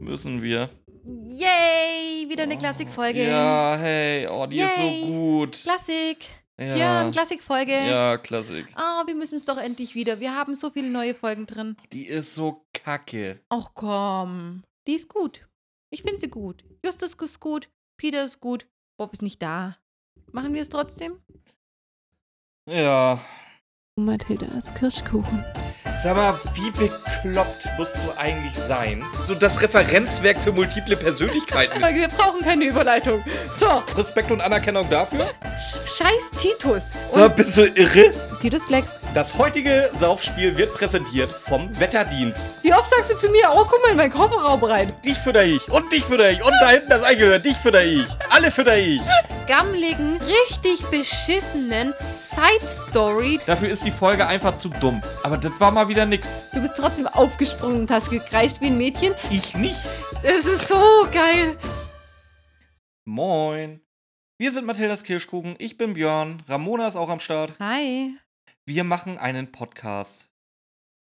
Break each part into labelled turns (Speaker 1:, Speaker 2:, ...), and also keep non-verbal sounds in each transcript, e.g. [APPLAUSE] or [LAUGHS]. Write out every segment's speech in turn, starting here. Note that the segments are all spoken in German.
Speaker 1: Müssen wir.
Speaker 2: Yay, wieder eine Klassikfolge.
Speaker 1: Oh, Ja, hey, oh, die ist
Speaker 2: Yay.
Speaker 1: so gut.
Speaker 2: Klassik.
Speaker 1: ja,
Speaker 2: Ja, Klassikfolge.
Speaker 1: ja, Klassik.
Speaker 2: Oh, wir müssen es doch endlich wieder. Wir haben so viele neue Folgen drin.
Speaker 1: Die ist so kacke.
Speaker 2: Ach komm, die ist gut. Ich finde sie gut. Justus ist gut, Peter ist gut, Bob ist nicht da. Machen wir es trotzdem?
Speaker 1: Ja.
Speaker 3: Mathildas Kirschkuchen.
Speaker 4: Sag mal, wie bekloppt musst du eigentlich sein? So das Referenzwerk für multiple Persönlichkeiten.
Speaker 2: Weil wir brauchen keine Überleitung. So, [LAUGHS]
Speaker 4: Respekt und Anerkennung dafür?
Speaker 2: sch- scheiß Titus.
Speaker 4: So, bist du irre?
Speaker 2: Titus flext.
Speaker 4: Das heutige Saufspiel wird präsentiert vom Wetterdienst.
Speaker 2: Wie oft sagst du zu mir, oh, guck mal in meinen Kofferraum rein?
Speaker 4: Dich fütter ich und dich fütter ich und da hinten das Eichhörnchen, dich fütter ich. Alle fütter ich.
Speaker 2: Gammligen, richtig beschissenen Side-Story.
Speaker 4: Dafür ist die Folge einfach zu dumm. Aber das war mal wieder nix.
Speaker 2: Du bist trotzdem aufgesprungen und hast gekreischt wie ein Mädchen.
Speaker 4: Ich nicht.
Speaker 2: Das ist so geil.
Speaker 1: Moin. Wir sind Mathildas Kirschkuchen, ich bin Björn, Ramona ist auch am Start.
Speaker 2: Hi.
Speaker 1: Wir machen einen Podcast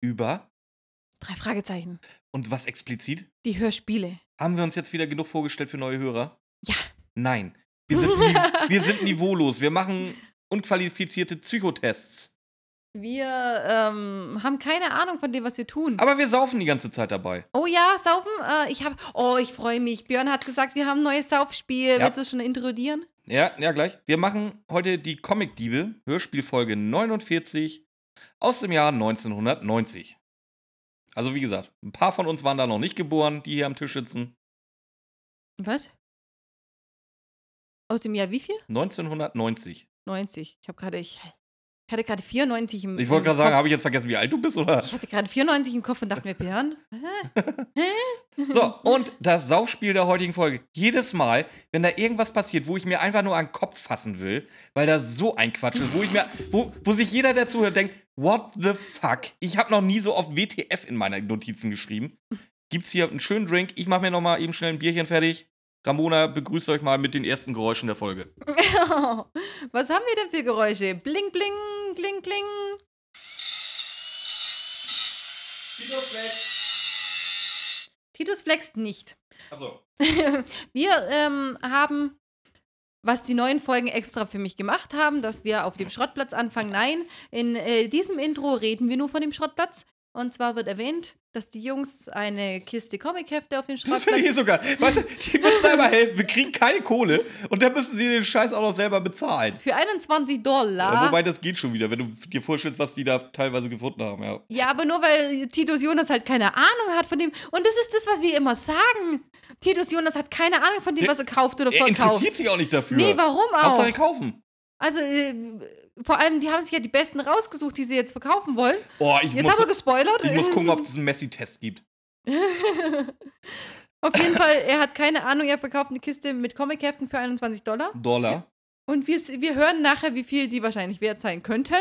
Speaker 1: über,
Speaker 2: Drei Fragezeichen.
Speaker 1: und was explizit,
Speaker 2: Die Hörspiele.
Speaker 1: haben wir uns jetzt wieder genug vorgestellt für neue Hörer?
Speaker 2: Ja.
Speaker 1: Nein. Wir
Speaker 4: [LAUGHS]
Speaker 1: sind, ni wir sind niveaulos. Wir machen unqualifizierte Psychotests.
Speaker 2: Wir ähm, haben keine Ahnung von dem, was wir tun.
Speaker 1: Aber wir saufen die ganze Zeit dabei.
Speaker 2: oh ja, saufen. Äh, ich habe. Oh, ich freue mich. Björn hat gesagt, wir haben ein neues Saufspiel. Willst du es schon introduzieren?
Speaker 1: Ja, ja, gleich. Wir machen heute die Comic-Diebe, Hörspielfolge 49 aus dem Jahr 1990. Also, wie gesagt, ein paar von uns waren da noch nicht geboren, die hier am Tisch sitzen.
Speaker 2: Was? Aus dem Jahr wie viel?
Speaker 1: 1990.
Speaker 2: 90. Ich habe gerade. Ich hatte gerade 94 im
Speaker 1: Ich wollte
Speaker 2: im
Speaker 1: gerade sagen,
Speaker 2: Kopf.
Speaker 1: habe ich jetzt vergessen, wie alt du bist, oder?
Speaker 2: Ich hatte gerade 94 im Kopf und dachte mir, Björn. [LAUGHS] hä?
Speaker 1: So, und das Saufspiel der heutigen Folge. Jedes Mal, wenn da irgendwas passiert, wo ich mir einfach nur an den Kopf fassen will, weil da so ein Quatsch ist, wo ich mir, wo, wo sich jeder, der zuhört, denkt, what the fuck? Ich habe noch nie so oft WTF in meine Notizen geschrieben. Gibt's hier einen schönen Drink? Ich mache mir noch mal eben schnell ein Bierchen fertig. Ramona begrüßt euch mal mit den ersten Geräuschen der Folge.
Speaker 2: was haben wir denn für Geräusche? Bling, bling, kling, kling. Titus flext nicht.
Speaker 1: Achso.
Speaker 2: Wir ähm, haben, was die neuen Folgen extra für mich gemacht haben, dass wir auf dem Schrottplatz anfangen. Nein, in äh, diesem Intro reden wir nur von dem Schrottplatz. Und zwar wird erwähnt, dass die Jungs eine Kiste Comichefte auf dem
Speaker 1: Das finde ich
Speaker 2: Schrottplatz.
Speaker 1: sogar. Weißt du, die müssen einmal helfen. Wir kriegen keine Kohle und dann müssen sie den Scheiß auch noch selber bezahlen.
Speaker 2: Für 21
Speaker 1: Ja,
Speaker 2: Dollar.
Speaker 1: Äh, wobei das geht schon wieder, wenn du dir vorstellst, was die da teilweise gefunden haben, ja.
Speaker 2: Ja, aber nur weil Titus Jonas halt keine Ahnung hat von dem. Und das ist das, was wir immer sagen. Titus Jonas hat keine Ahnung von dem,
Speaker 1: Der-
Speaker 2: was er kauft oder
Speaker 1: Er
Speaker 2: verkauft.
Speaker 1: interessiert sich auch nicht dafür.
Speaker 2: Nee, warum auch?
Speaker 1: Hauptsache kaufen.
Speaker 2: Also, äh, vor allem, die haben sich ja die besten rausgesucht, die sie jetzt verkaufen wollen.
Speaker 1: Oh, ich
Speaker 2: Jetzt
Speaker 1: muss,
Speaker 2: haben wir gespoilert.
Speaker 1: ich muss gucken, ob es einen Messi-Test gibt.
Speaker 2: Auf jeden Fall, er hat keine Ahnung, er verkauft eine Kiste mit Comicheften für 21 Dollar.
Speaker 1: Dollar,
Speaker 2: Und wir, wir hören nachher, wie viel die wahrscheinlich wert sein könnten.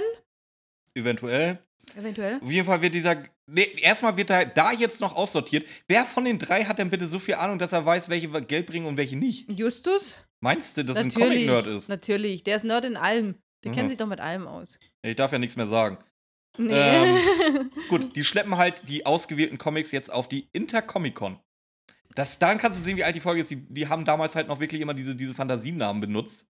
Speaker 1: eventuell.
Speaker 2: Eventuell.
Speaker 1: Auf jeden Fall wird dieser. Nee, erstmal wird da, da jetzt noch aussortiert. Wer von den drei hat denn bitte so viel Ahnung, dass er weiß, welche Geld bringen und welche nicht?
Speaker 2: Justus?
Speaker 1: Meinst du, dass er ein
Speaker 2: natürlich.
Speaker 1: Comic-Nerd ist?
Speaker 2: Natürlich, der ist Nerd in allem. Der
Speaker 1: Mhm.
Speaker 2: kennt sich doch mit allem aus.
Speaker 1: Ich darf ja nichts mehr sagen.
Speaker 2: Nee. [LAUGHS]
Speaker 1: Ähm, Gut, die schleppen halt die ausgewählten Comics jetzt auf die Intercomic-Con. Das, daran kannst du sehen, wie alt die Folge ist. Die, die haben damals halt noch wirklich immer diese, diese Fantasienamen benutzt.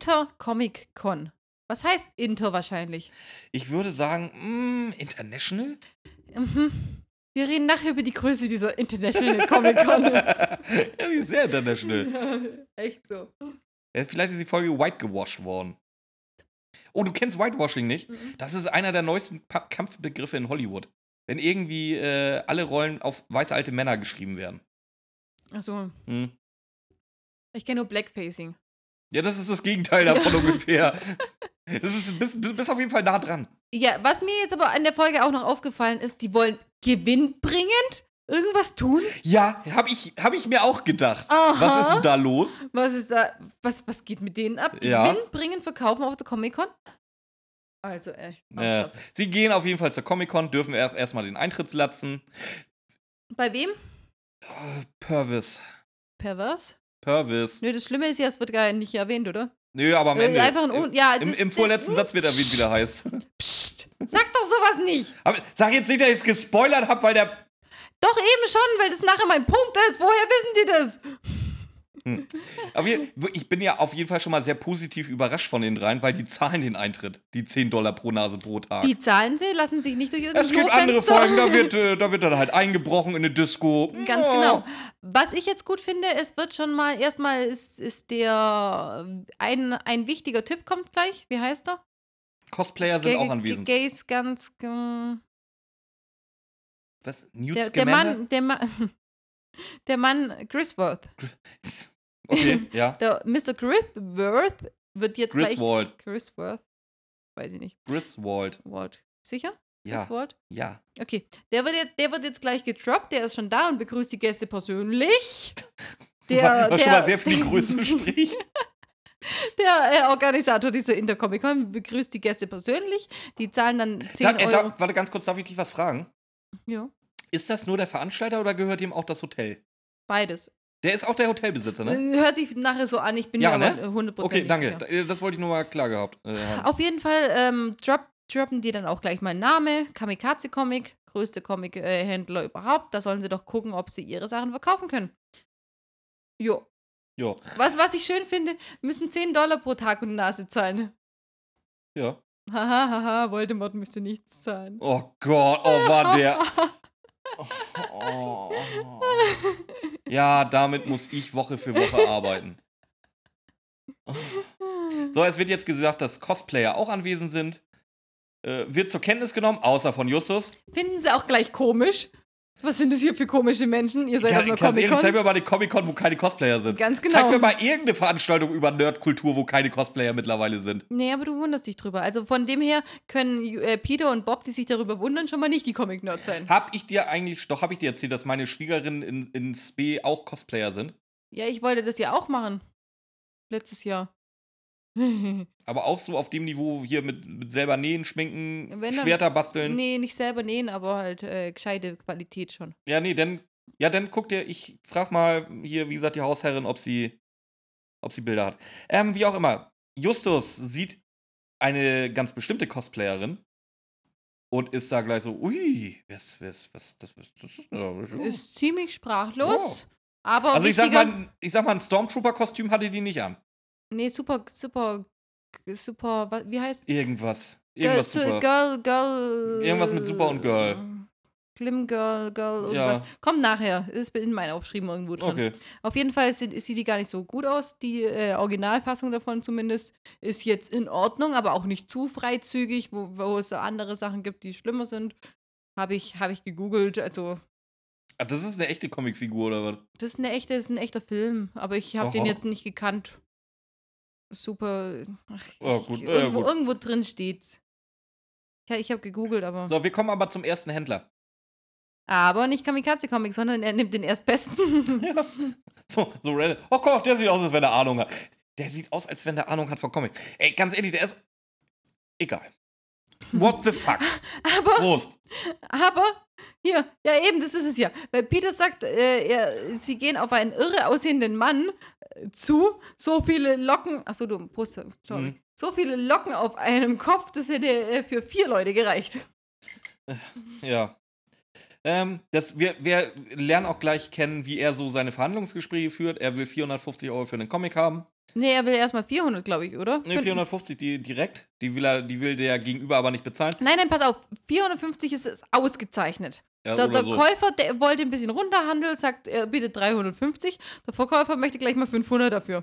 Speaker 2: Inter-Comic-Con. Was heißt Inter wahrscheinlich?
Speaker 1: Ich würde sagen, mm, International?
Speaker 2: Mhm. Wir reden nachher über die Größe dieser International Comic-Con.
Speaker 1: [LAUGHS] ja, die ist sehr international.
Speaker 2: [LAUGHS] Echt so.
Speaker 1: Ja, vielleicht ist die Folge whitewashed worden. Oh, du kennst Whitewashing nicht? Das ist einer der neuesten Pa- Kampfbegriffe in Hollywood. Wenn irgendwie äh, alle Rollen auf weiße alte Männer geschrieben werden.
Speaker 2: Achso,
Speaker 1: Hm.
Speaker 2: ich kenne nur Blackfacing.
Speaker 1: Ja, das ist das Gegenteil davon [LAUGHS] ungefähr. Das ist bis, bis, bis auf jeden Fall nah dran.
Speaker 2: Ja, was mir jetzt aber an der Folge auch noch aufgefallen ist, die wollen gewinnbringend irgendwas tun.
Speaker 1: Ja, habe ich, hab ich mir auch gedacht.
Speaker 2: Aha.
Speaker 1: Was ist denn da los?
Speaker 2: Was ist da, was, was geht mit denen ab?
Speaker 1: Ja.
Speaker 2: Gewinnbringend verkaufen auf der Comic-Con? Also echt.
Speaker 1: Äh,
Speaker 2: ernsthaft.
Speaker 1: sie gehen auf jeden Fall zur Comic-Con, dürfen erst- erstmal den Eintritt latzen.
Speaker 2: Bei wem?
Speaker 1: Purvis.
Speaker 2: Pervers?
Speaker 1: Purvis.
Speaker 2: Nö, das Schlimme ist ja, es wird gar nicht erwähnt, oder?
Speaker 1: Nö, aber am Ende.
Speaker 2: Äh, Einfach ein Un Also ja,
Speaker 1: Im,
Speaker 2: das-
Speaker 1: Im vorletzten Satz wird erwähnt, wie der heißt.
Speaker 2: Psst, sag doch sowas nicht.
Speaker 1: Aber sag jetzt nicht, dass ich es gespoilert habe, weil der
Speaker 2: Doch eben schon, weil das nachher mein Punkt ist. Woher wissen die das?
Speaker 1: Auf je, ich bin ja auf jeden Fall schon mal sehr positiv überrascht von den dreien, weil die zahlen den Eintritt. Die 10 Dollar pro Nase pro Tag.
Speaker 2: Die zahlen sie, lassen sich nicht durch irgendein
Speaker 1: Ah. es gibt andere
Speaker 2: Klofenster-
Speaker 1: Folgen, da wird, äh, da wird dann halt eingebrochen in eine Disco.
Speaker 2: Ganz
Speaker 1: Ja.
Speaker 2: genau. Was ich jetzt gut finde, es wird schon mal, erstmal ist, ist der, ein, ein wichtiger Tipp kommt gleich, wie heißt er?
Speaker 1: Cosplayer sind auch anwesend.
Speaker 2: Gays ganz, ähm,
Speaker 1: Was? Newt
Speaker 2: der, der
Speaker 1: Scamander?
Speaker 2: Mann, der Mann, [LAUGHS] der Mann Grisworth.
Speaker 1: [LAUGHS] Okay,
Speaker 2: [LAUGHS]
Speaker 1: ja.
Speaker 2: Der Mr. Grisworth wird jetzt
Speaker 1: Griswold.
Speaker 2: gleich. Grisworth. Weiß ich nicht.
Speaker 1: Griswold.
Speaker 2: Walt. Sicher?
Speaker 1: Ja,
Speaker 2: Griswold?
Speaker 1: ja.
Speaker 2: Okay. Der wird, jetzt, der wird jetzt gleich gedroppt, der ist schon da und begrüßt die
Speaker 1: [LAUGHS]
Speaker 2: Gäste persönlich. Der,
Speaker 1: was schon
Speaker 2: der-
Speaker 1: mal sehr viel
Speaker 2: [LAUGHS]
Speaker 1: Größe spricht.
Speaker 2: Der äh, Organisator dieser Intercomic-Con begrüßt die Gäste persönlich. Die zahlen dann 10
Speaker 1: Da, äh,
Speaker 2: Euro.
Speaker 1: da, warte, ganz kurz, darf ich dich was fragen?
Speaker 2: ja,
Speaker 1: Ist das nur der Veranstalter oder gehört ihm auch das Hotel?
Speaker 2: beides. Äh,
Speaker 1: Der ist auch der Hotelbesitzer, ne?
Speaker 2: Hört sich nachher so an, ich bin
Speaker 1: Ja,
Speaker 2: mir
Speaker 1: ne?
Speaker 2: aber 100%
Speaker 1: Okay,
Speaker 2: nicht
Speaker 1: danke.
Speaker 2: sicher.
Speaker 1: Da- äh, Das wollte ich nur mal klar gehabt. Äh, haben.
Speaker 2: Auf jeden Fall ähm, drop, droppen die dann auch gleich meinen Name, Kamikaze-Comic, größte Comic-Händler überhaupt. Da sollen sie doch gucken, ob sie ihre Sachen verkaufen können. Jo.
Speaker 1: ja,
Speaker 2: Was, was ich schön finde, müssen 10 Dollar pro Tag und Nase zahlen. [LAUGHS]
Speaker 1: ja.
Speaker 2: Haha, haha, Voldemort müsste nichts zahlen.
Speaker 1: Oh Gott, oh, war der. Oh, oh, oh. Ja, damit muss ich Woche für Woche arbeiten. Oh. So, es wird jetzt gesagt, dass Cosplayer auch anwesend sind. Äh, wird zur Kenntnis genommen, außer von Justus.
Speaker 2: Finden sie auch gleich komisch? Was sind das hier für komische Menschen? Ihr seid
Speaker 1: Kann-
Speaker 2: auf einer
Speaker 1: ganz ehrlich, zeig
Speaker 2: Comic-Con.
Speaker 1: mir mal eine Comic-Con, wo keine Cosplayer sind.
Speaker 2: Ganz
Speaker 1: Zeig
Speaker 2: genau.
Speaker 1: mir mal irgendeine Veranstaltung über Nerdkultur, wo keine Cosplayer mittlerweile sind.
Speaker 2: Nee, aber du wunderst dich drüber. Also von dem her können äh, Peter und Bob, die sich darüber wundern, schon mal nicht die Comic-Nerds sein.
Speaker 1: Hab ich dir eigentlich, doch hab ich dir erzählt, dass meine Schwiegerinnen in, in Spee auch Cosplayer sind,
Speaker 2: Ja, ich wollte das ja auch machen. Letztes Jahr. [LAUGHS]
Speaker 1: aber auch so auf dem Niveau hier mit, mit selber nähen, schminken,
Speaker 2: Wenn dann-
Speaker 1: Schwerter basteln.
Speaker 2: nee, nicht selber nähen, aber halt äh, gescheite Qualität schon.
Speaker 1: Ja, nee, dann ja, dann guck dir, ich frag mal hier, wie gesagt, die Hausherrin, ob sie ob sie Bilder hat. Ähm, wie auch immer. Justus sieht eine ganz bestimmte Cosplayerin und ist da gleich so, ui, was was was das was das ist eine,
Speaker 2: Ist ziemlich sprachlos. Aber
Speaker 1: Oh. Also ich sag
Speaker 2: richtiger-
Speaker 1: mal, ich sag mal ein Stormtrooper Kostüm hatte die nicht an.
Speaker 2: Nee, super, super, super, wa- wie heißt
Speaker 1: Irgendwas. Irgendwas
Speaker 2: Girl,
Speaker 1: super.
Speaker 2: Girl, Girl.
Speaker 1: Irgendwas mit Super und Girl.
Speaker 2: Glim Girl, Girl,
Speaker 1: Ja.
Speaker 2: irgendwas. Kommt nachher. Ist in meinen Aufschrieben irgendwo drin.
Speaker 1: Okay.
Speaker 2: Auf jeden Fall sieht, sieht die gar nicht so gut aus. Die äh, Originalfassung davon zumindest ist jetzt in Ordnung, aber auch nicht zu freizügig, wo, wo es so andere Sachen gibt, die schlimmer sind. Habe ich, hab ich gegoogelt. Also,
Speaker 1: Ah, das ist eine echte Comicfigur oder was?
Speaker 2: das ist, eine echte, das ist ein echter Film, aber ich habe den
Speaker 1: Oho.
Speaker 2: jetzt nicht gekannt. Super. Ach,
Speaker 1: Ja,
Speaker 2: ich-
Speaker 1: gut, ja,
Speaker 2: irgendwo,
Speaker 1: gut.
Speaker 2: irgendwo drin steht's. Ja, ich habe gegoogelt, aber.
Speaker 1: So, wir kommen aber zum ersten Händler.
Speaker 2: Aber nicht Kamikaze Comics, sondern er nimmt den [LAUGHS] erstbesten.
Speaker 1: Ja. So, so random. Oh Gott, der sieht aus, als wenn er Ahnung hat. Der sieht aus, als wenn der Ahnung hat von Comics. Ey, ganz ehrlich, der ist. Egal. What the fuck?
Speaker 2: [LAUGHS] aber,
Speaker 1: Prost.
Speaker 2: aber, hier, ja eben, das ist es ja. Weil Peter sagt, äh, er, sie gehen auf einen irre aussehenden Mann äh, zu, so viele Locken, achso, du Poster, sorry.
Speaker 1: Mhm.
Speaker 2: So viele Locken auf einem Kopf, das hätte äh, für vier Leute gereicht.
Speaker 1: Ja. Ähm, das, wir, wir lernen auch gleich kennen, wie er so seine Verhandlungsgespräche führt. Er will 450 Euro für einen Comic haben.
Speaker 2: Nee, er will erstmal 400, glaube ich, oder?
Speaker 1: Ne, 450 die, direkt. Die will, er, die will der Gegenüber aber nicht bezahlen.
Speaker 2: Nein, nein, pass auf, 450 ist, ist ausgezeichnet.
Speaker 1: Ja,
Speaker 2: Der,
Speaker 1: oder
Speaker 2: der
Speaker 1: so.
Speaker 2: Käufer der wollte ein bisschen runterhandeln, sagt, er bietet 350. Der Verkäufer möchte gleich mal 500 dafür.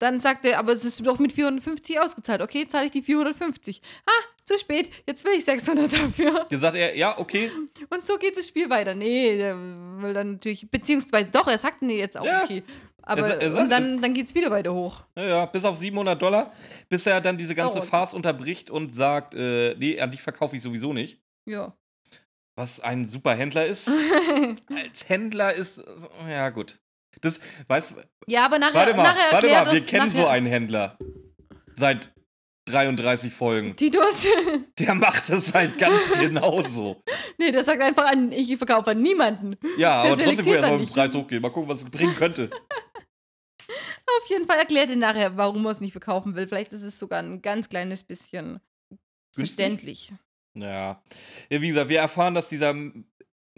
Speaker 2: Dann sagt er, aber es ist doch mit 450 ausgezahlt. Okay, zahle ich die 450. Ah, zu spät. Jetzt will ich 600 [LAUGHS] dafür.
Speaker 1: Dann sagt er, ja, okay.
Speaker 2: Und so geht das Spiel weiter. Nee, der will dann natürlich, beziehungsweise doch, er sagt nee jetzt auch
Speaker 1: Ja.
Speaker 2: okay. Aber
Speaker 1: Er sa- er sagt
Speaker 2: und dann, dann geht es wieder weiter hoch.
Speaker 1: Ja, ja, bis auf 700 Dollar. Bis er dann diese ganze
Speaker 2: Dauert.
Speaker 1: Farce unterbricht und sagt, äh, nee, an dich verkaufe ich sowieso nicht.
Speaker 2: Ja.
Speaker 1: Was ein super Händler
Speaker 2: [LAUGHS]
Speaker 1: ist. Als Händler ist. Ja, gut. Das, weißt
Speaker 2: Ja, aber nachher,
Speaker 1: Warte mal,
Speaker 2: nachher
Speaker 1: warte
Speaker 2: erklärt
Speaker 1: mal, wir
Speaker 2: das-
Speaker 1: kennen
Speaker 2: nachher,
Speaker 1: so einen Händler. Seit 33 Folgen.
Speaker 2: Titus. [LAUGHS]
Speaker 1: Der macht das halt ganz genauso.
Speaker 2: nee, der sagt einfach an, ich verkaufe an niemanden.
Speaker 1: Ja,
Speaker 2: Der
Speaker 1: aber trotzdem will
Speaker 2: selektiert
Speaker 1: er
Speaker 2: dann
Speaker 1: erstmal mit dem
Speaker 2: nicht.
Speaker 1: Preis hochgehen. Mal gucken, was es bringen könnte.
Speaker 2: Auf jeden Fall erklärt er nachher, warum er es nicht verkaufen will. Vielleicht ist es sogar ein ganz kleines bisschen
Speaker 1: Günstig?
Speaker 2: verständlich.
Speaker 1: Ja. Ja, Wie gesagt, wir erfahren, dass dieser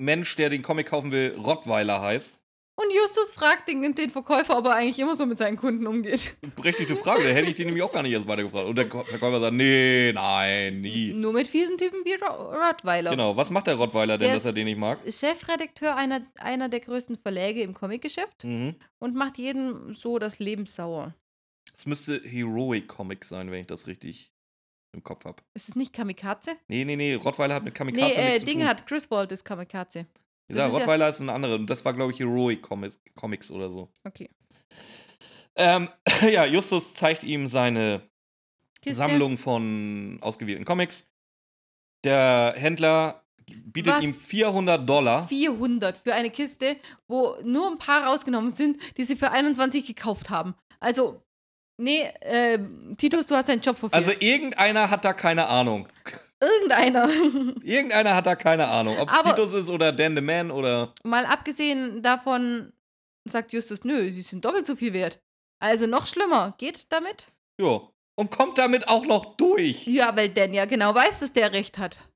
Speaker 1: Mensch, der den Comic kaufen will, Rottweiler heißt.
Speaker 2: Und Justus fragt den, den Verkäufer, ob er eigentlich immer so mit seinen Kunden umgeht. [LAUGHS]
Speaker 1: Berechtigte Frage, da hätte ich die nämlich auch gar nicht erst weitergefragt. Und der Ko- Verkäufer sagt, nee, nein, nie.
Speaker 2: [LAUGHS] Nur mit fiesen Typen wie Ro Rottweiler.
Speaker 1: Genau, was macht der Rottweiler denn,
Speaker 2: Der
Speaker 1: dass er den nicht
Speaker 2: [LAUGHS]
Speaker 1: mag?
Speaker 2: Chefredakteur einer, einer der größten Verläge im Comicgeschäft
Speaker 1: Mhm.
Speaker 2: und macht jedem so das Leben sauer.
Speaker 1: Es müsste Heroic Comic sein, wenn ich das richtig im Kopf habe.
Speaker 2: Ist es nicht Kamikaze?
Speaker 1: Nee, nee, nee, Rottweiler hat mit Kamikaze
Speaker 2: nee, äh,
Speaker 1: nichts zu
Speaker 2: Ding
Speaker 1: tun.
Speaker 2: hat Griswold ist Kamikaze.
Speaker 1: ja,
Speaker 2: das ist ja-
Speaker 1: Rottweiler ist ein anderer. Und das war, glaube ich, Heroic Comics, Comics oder so.
Speaker 2: Okay.
Speaker 1: Ähm, [LAUGHS] ja, Justus zeigt ihm seine
Speaker 2: Kiste.
Speaker 1: Sammlung von ausgewählten Comics. Der Händler bietet
Speaker 2: Was?
Speaker 1: ihm 400 Dollar.
Speaker 2: 400 für eine Kiste, wo nur ein paar rausgenommen sind, die sie für 21 gekauft haben. Also, nee, äh, Titus, du hast deinen Job verfehlt.
Speaker 1: Also irgendeiner hat da keine Ahnung. [LAUGHS]
Speaker 2: Irgendeiner.
Speaker 1: Irgendeiner hat da keine Ahnung. Ob es
Speaker 2: Aber-
Speaker 1: Titus ist oder Dan the Man oder...
Speaker 2: [LAUGHS] Mal abgesehen davon sagt Justus, nö, sie sind doppelt so viel wert. Also noch schlimmer. Geht damit?
Speaker 1: Jo. Und kommt damit auch noch durch.
Speaker 2: Ja, weil Dan ja genau weiß, dass der recht hat.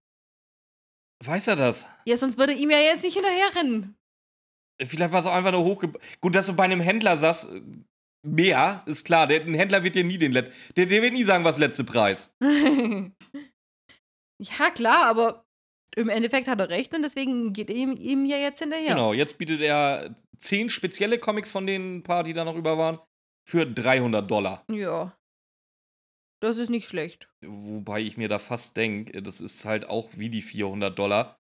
Speaker 1: Weiß er das?
Speaker 2: Ja, sonst würde ihm ja jetzt nicht hinterherrennen.
Speaker 1: Vielleicht war es auch einfach nur hochge... Gut, dass du bei einem Händler sagst, äh, mehr, ist klar. Der, ein Händler wird dir nie den Let der, der wird nie sagen, was letzte Preis.
Speaker 2: [LAUGHS] ja, klar, aber im Endeffekt hat er recht und deswegen geht ihm, ihm ja jetzt hinterher.
Speaker 1: Genau, jetzt bietet er zehn spezielle Comics von den paar, die da noch über waren, für 300 Dollar.
Speaker 2: Ja. Das ist nicht schlecht.
Speaker 1: Wobei ich mir da fast denke, das ist halt auch wie die 400 Dollar.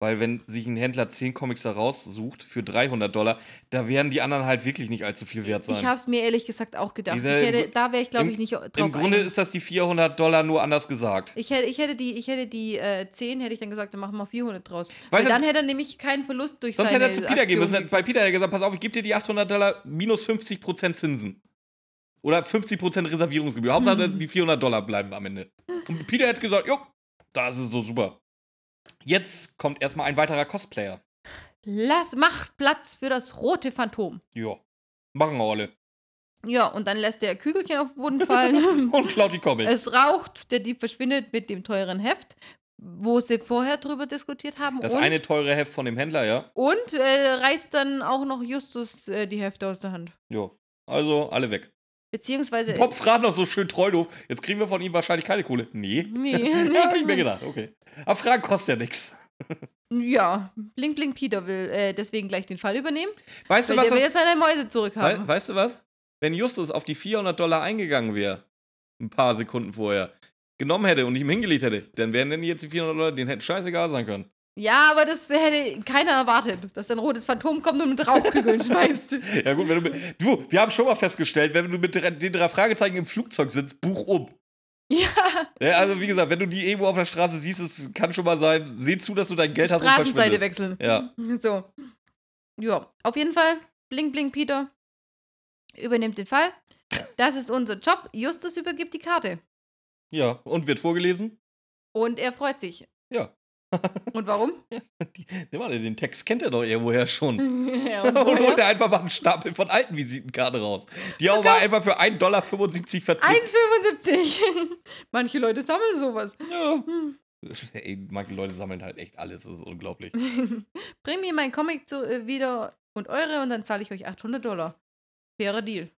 Speaker 1: Weil wenn sich ein Händler 10 Comics da raussucht für 300 Dollar, da werden die anderen halt wirklich nicht allzu viel wert sein.
Speaker 2: Ich habe es mir ehrlich gesagt auch gedacht.
Speaker 1: Dieser-
Speaker 2: ich hätte, da wäre ich, glaube
Speaker 1: im-
Speaker 2: ich, nicht drauf
Speaker 1: Im Grunde
Speaker 2: ein-
Speaker 1: ist das die 400 Dollar nur anders gesagt.
Speaker 2: ich hätte, ich hätte die, ich hätte die äh, 10, hätte ich dann gesagt, dann machen wir 400 draus.
Speaker 1: Weißt
Speaker 2: Weil
Speaker 1: du-
Speaker 2: dann hätte er nämlich keinen Verlust durch
Speaker 1: Sonst
Speaker 2: seine
Speaker 1: hätte er zu Peter gehen
Speaker 2: Aktion
Speaker 1: müssen.
Speaker 2: ge-
Speaker 1: Bei Peter hätte er gesagt, pass auf, ich gebe dir die 800 Dollar minus 50% Zinsen. Oder 50% Reservierungsgebühr. Hauptsache,
Speaker 2: Hm.
Speaker 1: die 400 Dollar bleiben am Ende. Und Peter hätte gesagt, jo, das ist so super. Jetzt kommt erstmal ein weiterer Cosplayer.
Speaker 2: Lass, macht Platz für das rote Phantom.
Speaker 1: Ja, machen wir alle.
Speaker 2: Ja, und dann lässt er Kügelchen auf den Boden
Speaker 1: [LAUGHS]
Speaker 2: fallen.
Speaker 1: Und klaut die Comics.
Speaker 2: [LAUGHS] es raucht, der Dieb verschwindet mit dem teuren Heft, wo sie vorher drüber diskutiert haben.
Speaker 1: Das
Speaker 2: und
Speaker 1: eine teure Heft von dem Händler, ja.
Speaker 2: und äh, reißt dann auch noch Justus äh, die Hefte aus der Hand.
Speaker 1: Jo. Also, alle weg.
Speaker 2: Beziehungsweise.
Speaker 1: Pop fragt noch so schön treu doof. Jetzt kriegen wir von ihm wahrscheinlich keine Kohle. Nee.
Speaker 2: Nee,
Speaker 1: [LAUGHS]
Speaker 2: nee.
Speaker 1: ja, hab ich mir gedacht, okay. Aber Fragen kostet ja nichts.
Speaker 2: Ja, Blink Blink Peter will äh, deswegen gleich den Fall übernehmen,
Speaker 1: Weißt du,
Speaker 2: weil
Speaker 1: was
Speaker 2: der will
Speaker 1: das
Speaker 2: jetzt seine Mäuse
Speaker 1: Wei-
Speaker 2: zurückhaben.
Speaker 1: weißt du was? Wenn Justus auf die 400 Dollar eingegangen wäre, ein paar Sekunden vorher, genommen hätte und ihm hingelegt hätte, dann wären denn jetzt die 400 Dollar, denen hätten scheißegal sein können.
Speaker 2: Ja, aber das hätte keiner erwartet, dass ein rotes Phantom kommt und
Speaker 1: [LAUGHS]
Speaker 2: mit Rauchkügeln schmeißt.
Speaker 1: Ja gut, wenn du, mit, du, wir haben schon mal festgestellt, wenn du mit dre- den drei Fragezeichen im Flugzeug sitzt, buch um.
Speaker 2: Ja,
Speaker 1: Ja, also wie gesagt, wenn du die irgendwo auf der Straße siehst, es kann schon mal sein, seh zu, dass du dein Geld hast und
Speaker 2: Straßenseite
Speaker 1: verschwindest.
Speaker 2: wechseln. Mhm.
Speaker 1: Ja.
Speaker 2: So. Ja, auf jeden Fall, Blink Blink Peter übernimmt den Fall. Das ist unser Job. Justus übergibt die Karte.
Speaker 1: Ja, und wird vorgelesen.
Speaker 2: Und er freut sich.
Speaker 1: Ja. [LAUGHS]
Speaker 2: Und warum?
Speaker 1: Die, nimm mal, den Text kennt er doch irgendwoher schon.
Speaker 2: Mhm.
Speaker 1: [LAUGHS]
Speaker 2: ja,
Speaker 1: Und holt [LAUGHS]
Speaker 2: woher?
Speaker 1: er einfach mal einen Stapel von alten Visitenkarten raus. Die auch mal einfach für 1,75 Dollar vertickt.
Speaker 2: 1,75. [LAUGHS] Manche Leute sammeln sowas.
Speaker 1: Ja.
Speaker 2: Mhm.
Speaker 1: Ey, manche Leute sammeln halt echt alles, das ist
Speaker 2: [LAUGHS]
Speaker 1: unglaublich.
Speaker 2: Bring mir meinen Comic zu, äh, wieder und eure und dann zahle ich euch 800 Dollar. Fairer Deal.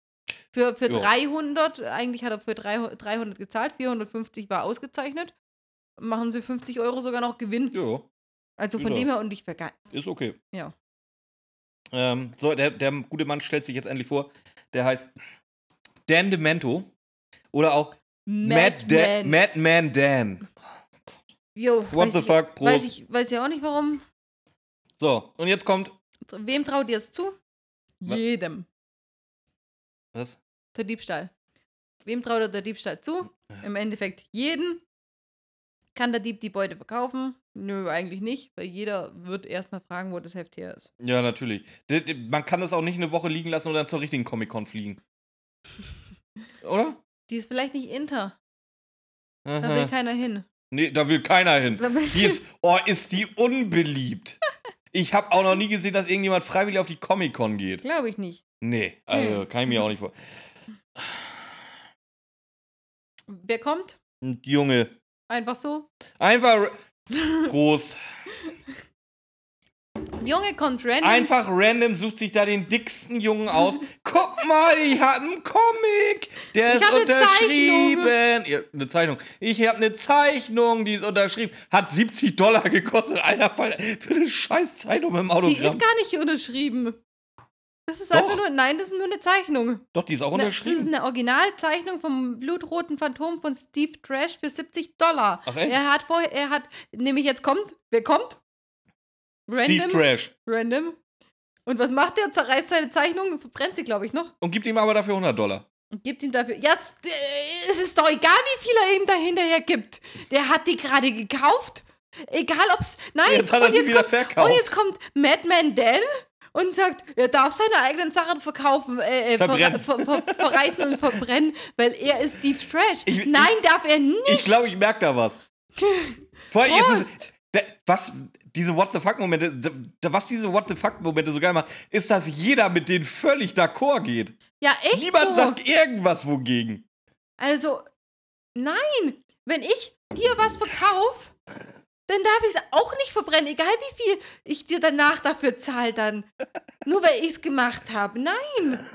Speaker 2: Für, für
Speaker 1: Jo.
Speaker 2: 300, eigentlich hat er für 300, 300 gezahlt, 450 war ausgezeichnet. Machen sie 50 Euro sogar noch Gewinn.
Speaker 1: Ja,
Speaker 2: Also von
Speaker 1: genau.
Speaker 2: dem her und ich verga
Speaker 1: ist okay.
Speaker 2: Ja.
Speaker 1: Ähm, so, der, der gute Mann stellt sich jetzt endlich vor. Der heißt Dan Demento. Oder auch Mad Dan-
Speaker 2: Madman.
Speaker 1: Madman Dan.
Speaker 2: Jo,
Speaker 1: What
Speaker 2: weiß
Speaker 1: the
Speaker 2: ich-
Speaker 1: fuck, Prost.
Speaker 2: Weiß ich weiß ja auch nicht warum.
Speaker 1: So, und jetzt kommt.
Speaker 2: Wem traut ihr es zu?
Speaker 1: Wa-
Speaker 2: Jedem.
Speaker 1: Was?
Speaker 2: Der Diebstahl. Wem traut er der Diebstahl zu? Im Endeffekt jeden. Kann der Dieb die Beute verkaufen? Nö, eigentlich nicht, weil jeder wird erstmal fragen, wo das Heft her ist.
Speaker 1: Ja, natürlich. D- d- Man kann das auch nicht eine Woche liegen lassen und dann zur richtigen Comic-Con
Speaker 2: [LAUGHS]
Speaker 1: fliegen. Oder?
Speaker 2: Die ist vielleicht nicht inter. Da will
Speaker 1: Aha.
Speaker 2: keiner hin.
Speaker 1: Nee, da will keiner hin.
Speaker 2: Da will-
Speaker 1: Die ist, oh, ist die unbeliebt. Ich habe auch noch nie gesehen, dass irgendjemand freiwillig auf die Comic-Con geht.
Speaker 2: Glaube ich nicht.
Speaker 1: Nee, also kann ich mir auch nicht vor.
Speaker 2: Wer kommt?
Speaker 1: Ein Junge.
Speaker 2: Einfach so. [LAUGHS]
Speaker 1: Einfach. Prost.
Speaker 2: Junge kommt random.
Speaker 1: Einfach random sucht sich da den dicksten Jungen aus. Guck mal, ich hab einen Comic. Der
Speaker 2: Ich
Speaker 1: ist
Speaker 2: hab eine
Speaker 1: unterschrieben. Ja, eine Zeichnung. Ich hab eine Zeichnung, die ist unterschrieben. Hat 70 Dollar gekostet. Alter, Fall für eine scheiß Zeichnung mit dem
Speaker 2: Die
Speaker 1: Autogramm.
Speaker 2: ist gar nicht unterschrieben. Das ist
Speaker 1: Doch.
Speaker 2: einfach nur. Nein, das ist nur eine Zeichnung.
Speaker 1: Doch, die ist auch
Speaker 2: Na, Das ist
Speaker 1: unterschrieben.
Speaker 2: eine Originalzeichnung vom blutroten Phantom von Steve Trash für 70 Dollar.
Speaker 1: Ach, echt?
Speaker 2: er hat vorher, er hat, nämlich jetzt kommt, wer kommt?
Speaker 1: Steve Trash.
Speaker 2: Random. Und was macht der? Zerreißt seine Zeichnung, verbrennt sie, glaube ich, noch.
Speaker 1: Und gibt ihm aber dafür 100 Dollar.
Speaker 2: Und gibt ihm dafür. Ja, es- äh, es ist doch egal, wie viel er ihm da hinterher gibt. Der hat die gerade gekauft. Egal ob's. Nein,
Speaker 1: Jetzt hat er
Speaker 2: und
Speaker 1: sie wieder
Speaker 2: kommt,
Speaker 1: verkauft.
Speaker 2: Und jetzt kommt Madman Dan und sagt, er darf seine eigenen Sachen verkaufen, äh, äh,
Speaker 1: Verbrennen.
Speaker 2: Ver, ver, ver, verreißen und verbrennen, weil er ist Steve Trash.
Speaker 1: Ich-
Speaker 2: Nein, darf er nicht.
Speaker 1: Ich glaube, ich merke da was. Vor allem ist es. Da, was diese What the fuck-Momente, da- da- was diese What the fuck-Momente so geil machen, ist, dass jeder mit denen völlig d'accord geht.
Speaker 2: ja, echt
Speaker 1: Niemand
Speaker 2: so.
Speaker 1: sagt irgendwas wogegen.
Speaker 2: Also, nein, wenn ich dir was verkaufe, dann darf ich es auch nicht verbrennen, egal wie viel ich dir danach dafür zahle dann. Nur weil ich es gemacht habe. Nein.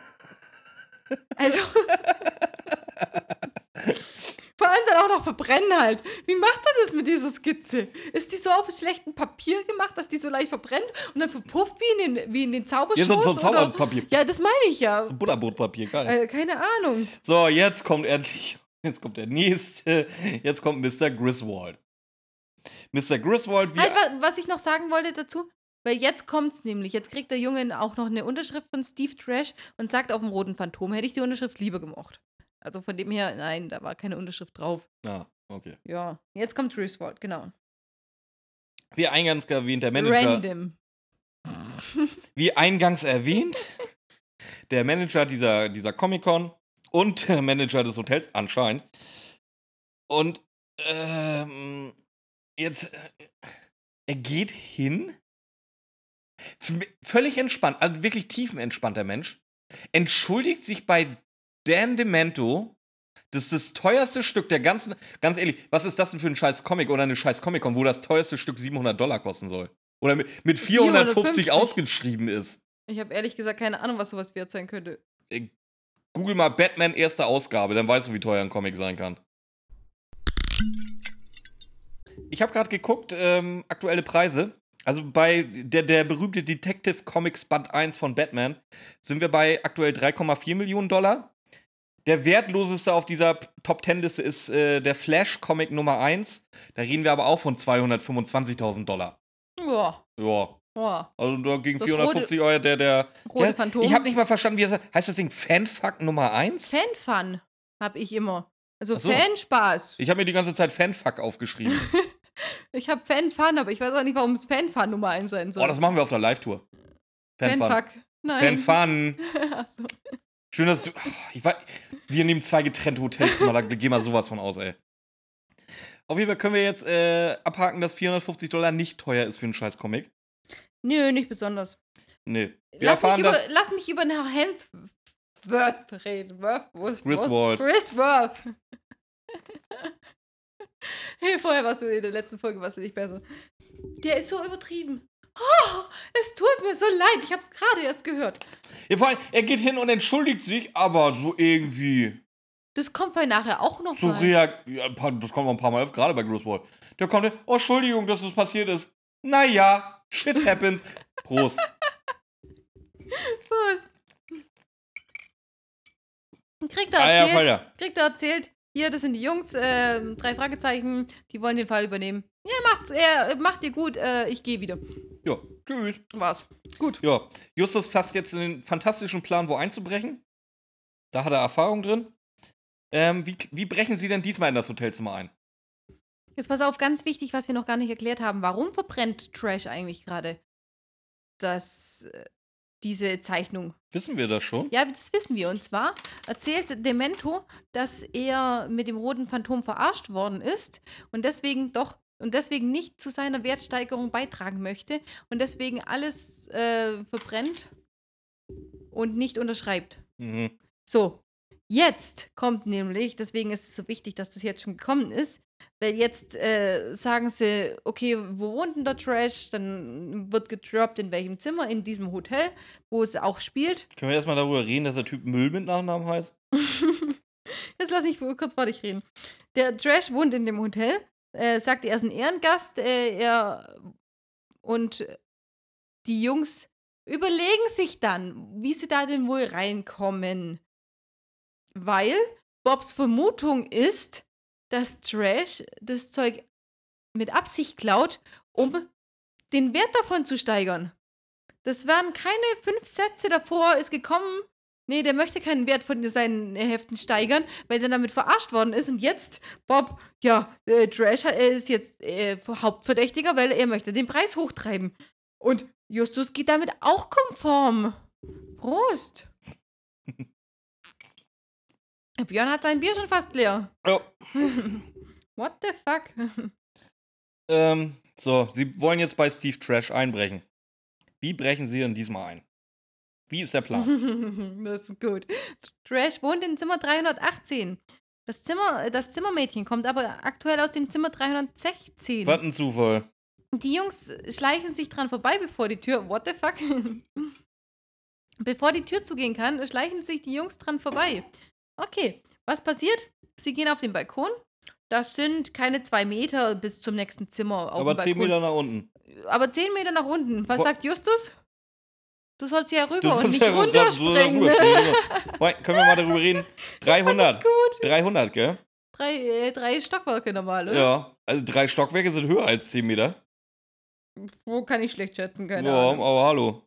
Speaker 2: Also. [LAUGHS] Vor allem dann auch noch verbrennen halt. Wie macht er das mit dieser Skizze? Ist die so auf schlechtem Papier gemacht, dass die so leicht verbrennt und dann verpufft wie in den, wie in den Zauberschoß?
Speaker 1: so ein
Speaker 2: oder-
Speaker 1: Zauberpapier.
Speaker 2: Ja, das meine ich ja.
Speaker 1: Butterbrotpapier, geil.
Speaker 2: Äh, keine Ahnung.
Speaker 1: So, jetzt kommt endlich, jetzt kommt der nächste, jetzt kommt Mr. Griswold. Mr. Griswold, wie
Speaker 2: Halt, wa- was ich noch sagen wollte dazu, weil jetzt kommt's nämlich. Jetzt kriegt der Junge auch noch eine Unterschrift von Steve Trash und sagt auf dem roten Phantom, hätte ich die Unterschrift lieber gemocht. Also von dem her, nein, da war keine Unterschrift drauf.
Speaker 1: ah, okay.
Speaker 2: Ja. Jetzt kommt Griswold, genau.
Speaker 1: wie eingangs erwähnt, der Manager,
Speaker 2: Random.
Speaker 1: wie eingangs erwähnt, der Manager dieser, dieser Comic-Con und der Manager des Hotels anscheinend. Und ähm, jetzt, äh, er geht hin, V- völlig entspannt, also wirklich tiefenentspannter Mensch, entschuldigt sich bei Dan Demento, das ist das teuerste Stück der ganzen, ganz ehrlich, was ist das denn für ein scheiß Comic oder eine scheiß Comic-Con, wo das teuerste Stück 700 Dollar kosten soll? Oder mit, mit 450
Speaker 2: 450.
Speaker 1: ausgeschrieben ist.
Speaker 2: Ich habe ehrlich gesagt keine Ahnung, was sowas wert sein könnte.
Speaker 1: Google mal Batman erste Ausgabe, dann weißt du, wie teuer ein Comic sein kann. Ich habe gerade geguckt, ähm, aktuelle Preise. Also bei der, der berühmte Detective Comics Band 1 von Batman sind wir bei aktuell 3,4 Millionen Dollar. Der wertloseste auf dieser P- Top 10 Liste ist äh, der Flash Comic Nummer 1. Da reden wir aber auch von 225.000 Dollar.
Speaker 2: Boah,
Speaker 1: Ja,
Speaker 2: boah.
Speaker 1: also da gegen
Speaker 2: Das
Speaker 1: 450 Euro der, der.
Speaker 2: Rote
Speaker 1: Ja,
Speaker 2: Phantom.
Speaker 1: Ich habe nicht mal verstanden, wie das heißt. Heißt das Ding Fanfuck Nummer 1?
Speaker 2: Fanfun habe ich immer. Also
Speaker 1: Ach so.
Speaker 2: Fanspaß.
Speaker 1: Ich habe mir die ganze Zeit Fanfuck aufgeschrieben.
Speaker 2: [LAUGHS] Ich habe Fanfun, aber ich weiß auch nicht, warum es Fanfun Nummer 1 sein soll.
Speaker 1: oh, das machen wir auf einer Live-Tour. Fanfun.
Speaker 2: Fanfuck. Nein. [LAUGHS] Also.
Speaker 1: Fanfun.
Speaker 2: Ach so.
Speaker 1: Schön, dass du. oh, Ich war, wir nehmen zwei getrennte Hotelzimmer, da geh mal sowas von aus, ey. Auf jeden Fall können wir jetzt äh, abhaken, dass 450 Dollar nicht teuer ist für einen scheiß Comic.
Speaker 2: Nö, nicht besonders.
Speaker 1: Nee. Wir
Speaker 2: Lass mich,
Speaker 1: erfahren
Speaker 2: über,
Speaker 1: das.
Speaker 2: lass mich über nach Hemsworth reden. Worth, Worth,
Speaker 1: Griswold.
Speaker 2: Griswold. [LAUGHS] hey, vorher warst du in der letzten Folge warst du nicht besser. Der ist so übertrieben. Oh, es tut mir so leid. Ich hab's gerade erst gehört.
Speaker 1: Ja, vor allem, er geht hin und entschuldigt sich, aber so irgendwie.
Speaker 2: Das kommt bei nachher auch noch
Speaker 1: So
Speaker 2: mal.
Speaker 1: reagiert. Ja, ein paar- das kommt noch ein paar Mal auf, gerade bei Griswold. Der kommt hin, oh, Entschuldigung, dass das passiert ist. Naja, shit happens. Prost.
Speaker 2: Prost. Kriegt er
Speaker 1: Eier,
Speaker 2: [LAUGHS] erzählt,
Speaker 1: Feuer.
Speaker 2: kriegt er erzählt, hier, das sind die Jungs, ähm, drei Fragezeichen, die wollen den Fall übernehmen. Ja, macht's, er, macht ihr gut, äh, ich gehe wieder.
Speaker 1: Ja, tschüss.
Speaker 2: War's. Gut.
Speaker 1: Ja, Justus fasst jetzt den fantastischen Plan, wo einzubrechen. Da hat er Erfahrung drin. Ähm, wie, wie brechen sie denn diesmal in das Hotelzimmer ein?
Speaker 2: Jetzt pass auf, ganz wichtig, was wir noch gar nicht erklärt haben. Warum verbrennt Trash eigentlich gerade das, äh, diese Zeichnung?
Speaker 1: Wissen wir das schon?
Speaker 2: Ja, das wissen wir. Und zwar erzählt Demento, dass er mit dem roten Phantom verarscht worden ist und deswegen doch und deswegen nicht zu seiner Wertsteigerung beitragen möchte und deswegen alles äh, verbrennt und nicht unterschreibt.
Speaker 1: Mhm.
Speaker 2: So, jetzt kommt nämlich, deswegen ist es so wichtig, dass das jetzt schon gekommen ist, Weil jetzt äh, sagen sie, okay, wo wohnt denn der Trash? Dann wird gedroppt, in welchem Zimmer, in diesem Hotel, wo es auch spielt.
Speaker 1: Können wir erstmal darüber reden, dass der Typ Müll mit Nachnamen heißt?
Speaker 2: Jetzt lass mich kurz vor dich reden. Der Trash wohnt in dem Hotel, äh, sagt, er ist ein Ehrengast, äh, er und die Jungs überlegen sich dann, wie sie da denn wohl reinkommen. Weil Bobs Vermutung ist, dass Trash das Zeug mit Absicht klaut, um den Wert davon zu steigern. Das waren keine fünf Sätze davor, ist gekommen, Nee, der möchte keinen Wert von seinen äh, Heften steigern, weil er damit verarscht worden ist. Und jetzt, Bob, ja, äh, Trash hat- er ist jetzt äh, Hauptverdächtiger, weil er möchte den Preis hochtreiben. Und Justus geht damit auch konform. Prost. Björn hat sein Bier schon fast leer.
Speaker 1: Ja.
Speaker 2: What the fuck? [LAUGHS]
Speaker 1: Ähm, so, sie wollen jetzt bei Steve Trash einbrechen. Wie brechen sie denn diesmal ein? Wie ist der
Speaker 2: Mhm.
Speaker 1: Plan?
Speaker 2: das ist gut. Trash wohnt in Zimmer 318. Das, Zimmer, äh, das Zimmermädchen kommt aber aktuell aus dem Zimmer 316.
Speaker 1: Was ein Zufall.
Speaker 2: Die Jungs schleichen sich dran vorbei, bevor die Tür. What the fuck? [LAUGHS] bevor die Tür zugehen kann, schleichen sich die Jungs dran vorbei. Okay, was passiert? Sie gehen auf den Balkon. Das sind keine zwei Meter bis zum nächsten Zimmer. Auf
Speaker 1: Aber
Speaker 2: dem
Speaker 1: zehn
Speaker 2: Balkon.
Speaker 1: Meter nach unten.
Speaker 2: Aber zehn Meter nach unten. Was
Speaker 1: Vor-
Speaker 2: sagt Justus? Du sollst ja rüber und
Speaker 1: sollst
Speaker 2: nicht
Speaker 1: ja runter- du sollst
Speaker 2: runterspringen.
Speaker 1: ja
Speaker 2: Ne? [LAUGHS]
Speaker 1: rüberspringen, so. Moin, Können wir mal darüber reden? 300.
Speaker 2: Alles gut.
Speaker 1: 300, gell?
Speaker 2: Drei, äh, drei Stockwerke normal, oder?
Speaker 1: Ja. Also drei Stockwerke sind höher als 10 Meter.
Speaker 2: Wo kann ich schlecht schätzen, keine
Speaker 1: ja,
Speaker 2: Ahnung. Hm.
Speaker 1: aber hallo.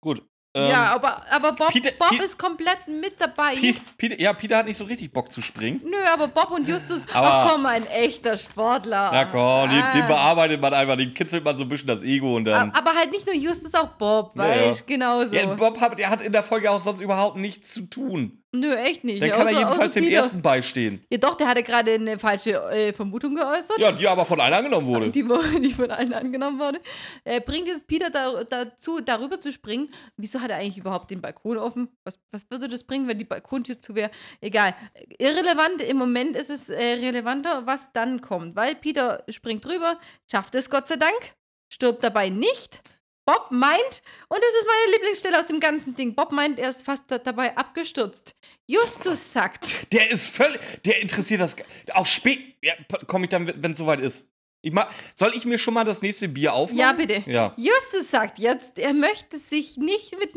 Speaker 1: Gut. Ähm,
Speaker 2: ja, aber, aber Bob,
Speaker 1: Peter-
Speaker 2: Bob
Speaker 1: Pe-
Speaker 2: ist komplett mit dabei.
Speaker 1: Pi- Peter, ja, Peter hat nicht so richtig Bock zu springen.
Speaker 2: Nö, aber Bob und Justus,
Speaker 1: Aber-
Speaker 2: ach komm, ein echter Sportler.
Speaker 1: Na komm, den, den
Speaker 2: Ah.
Speaker 1: bearbeitet man einfach, den kitzelt man so ein bisschen das Ego und dann.
Speaker 2: A- Aber halt nicht nur Justus, auch Bob,
Speaker 1: Ja,
Speaker 2: weißt
Speaker 1: ja.
Speaker 2: genauso.
Speaker 1: Ja, Bob hat, der hat in der Folge auch sonst überhaupt nichts zu tun.
Speaker 2: Nö, echt nicht.
Speaker 1: Dann kann er
Speaker 2: Außer-
Speaker 1: jedenfalls
Speaker 2: außer
Speaker 1: dem
Speaker 2: Peter.
Speaker 1: ersten beistehen.
Speaker 2: Ja doch, der hatte gerade eine falsche äh, Vermutung geäußert.
Speaker 1: Ja, die aber von allen angenommen wurde.
Speaker 2: Die, wo- [LAUGHS] die von allen angenommen wurde. Äh, bringt es Peter da, dazu, darüber zu springen? Wieso hat er eigentlich überhaupt den Balkon offen? Was, was würde das bringen, wenn die Balkontür zu wäre? Egal. Irrelevant. Im Moment ist es äh, relevanter, was dann kommt. Weil Peter springt drüber, schafft es Gott sei Dank, stirbt dabei nicht. Bob meint, und das ist meine Lieblingsstelle aus dem ganzen Ding, Bob meint, er ist fast da- dabei abgestürzt. Justus sagt,
Speaker 1: Der ist völlig. Der interessiert das. ge- Auch spät. Ja, komme ich dann, wenn es soweit ist. Ich ma, soll ich mir schon mal das nächste Bier aufmachen?
Speaker 2: ja bitte.
Speaker 1: Ja.
Speaker 2: Justus sagt jetzt, er möchte sich nicht mit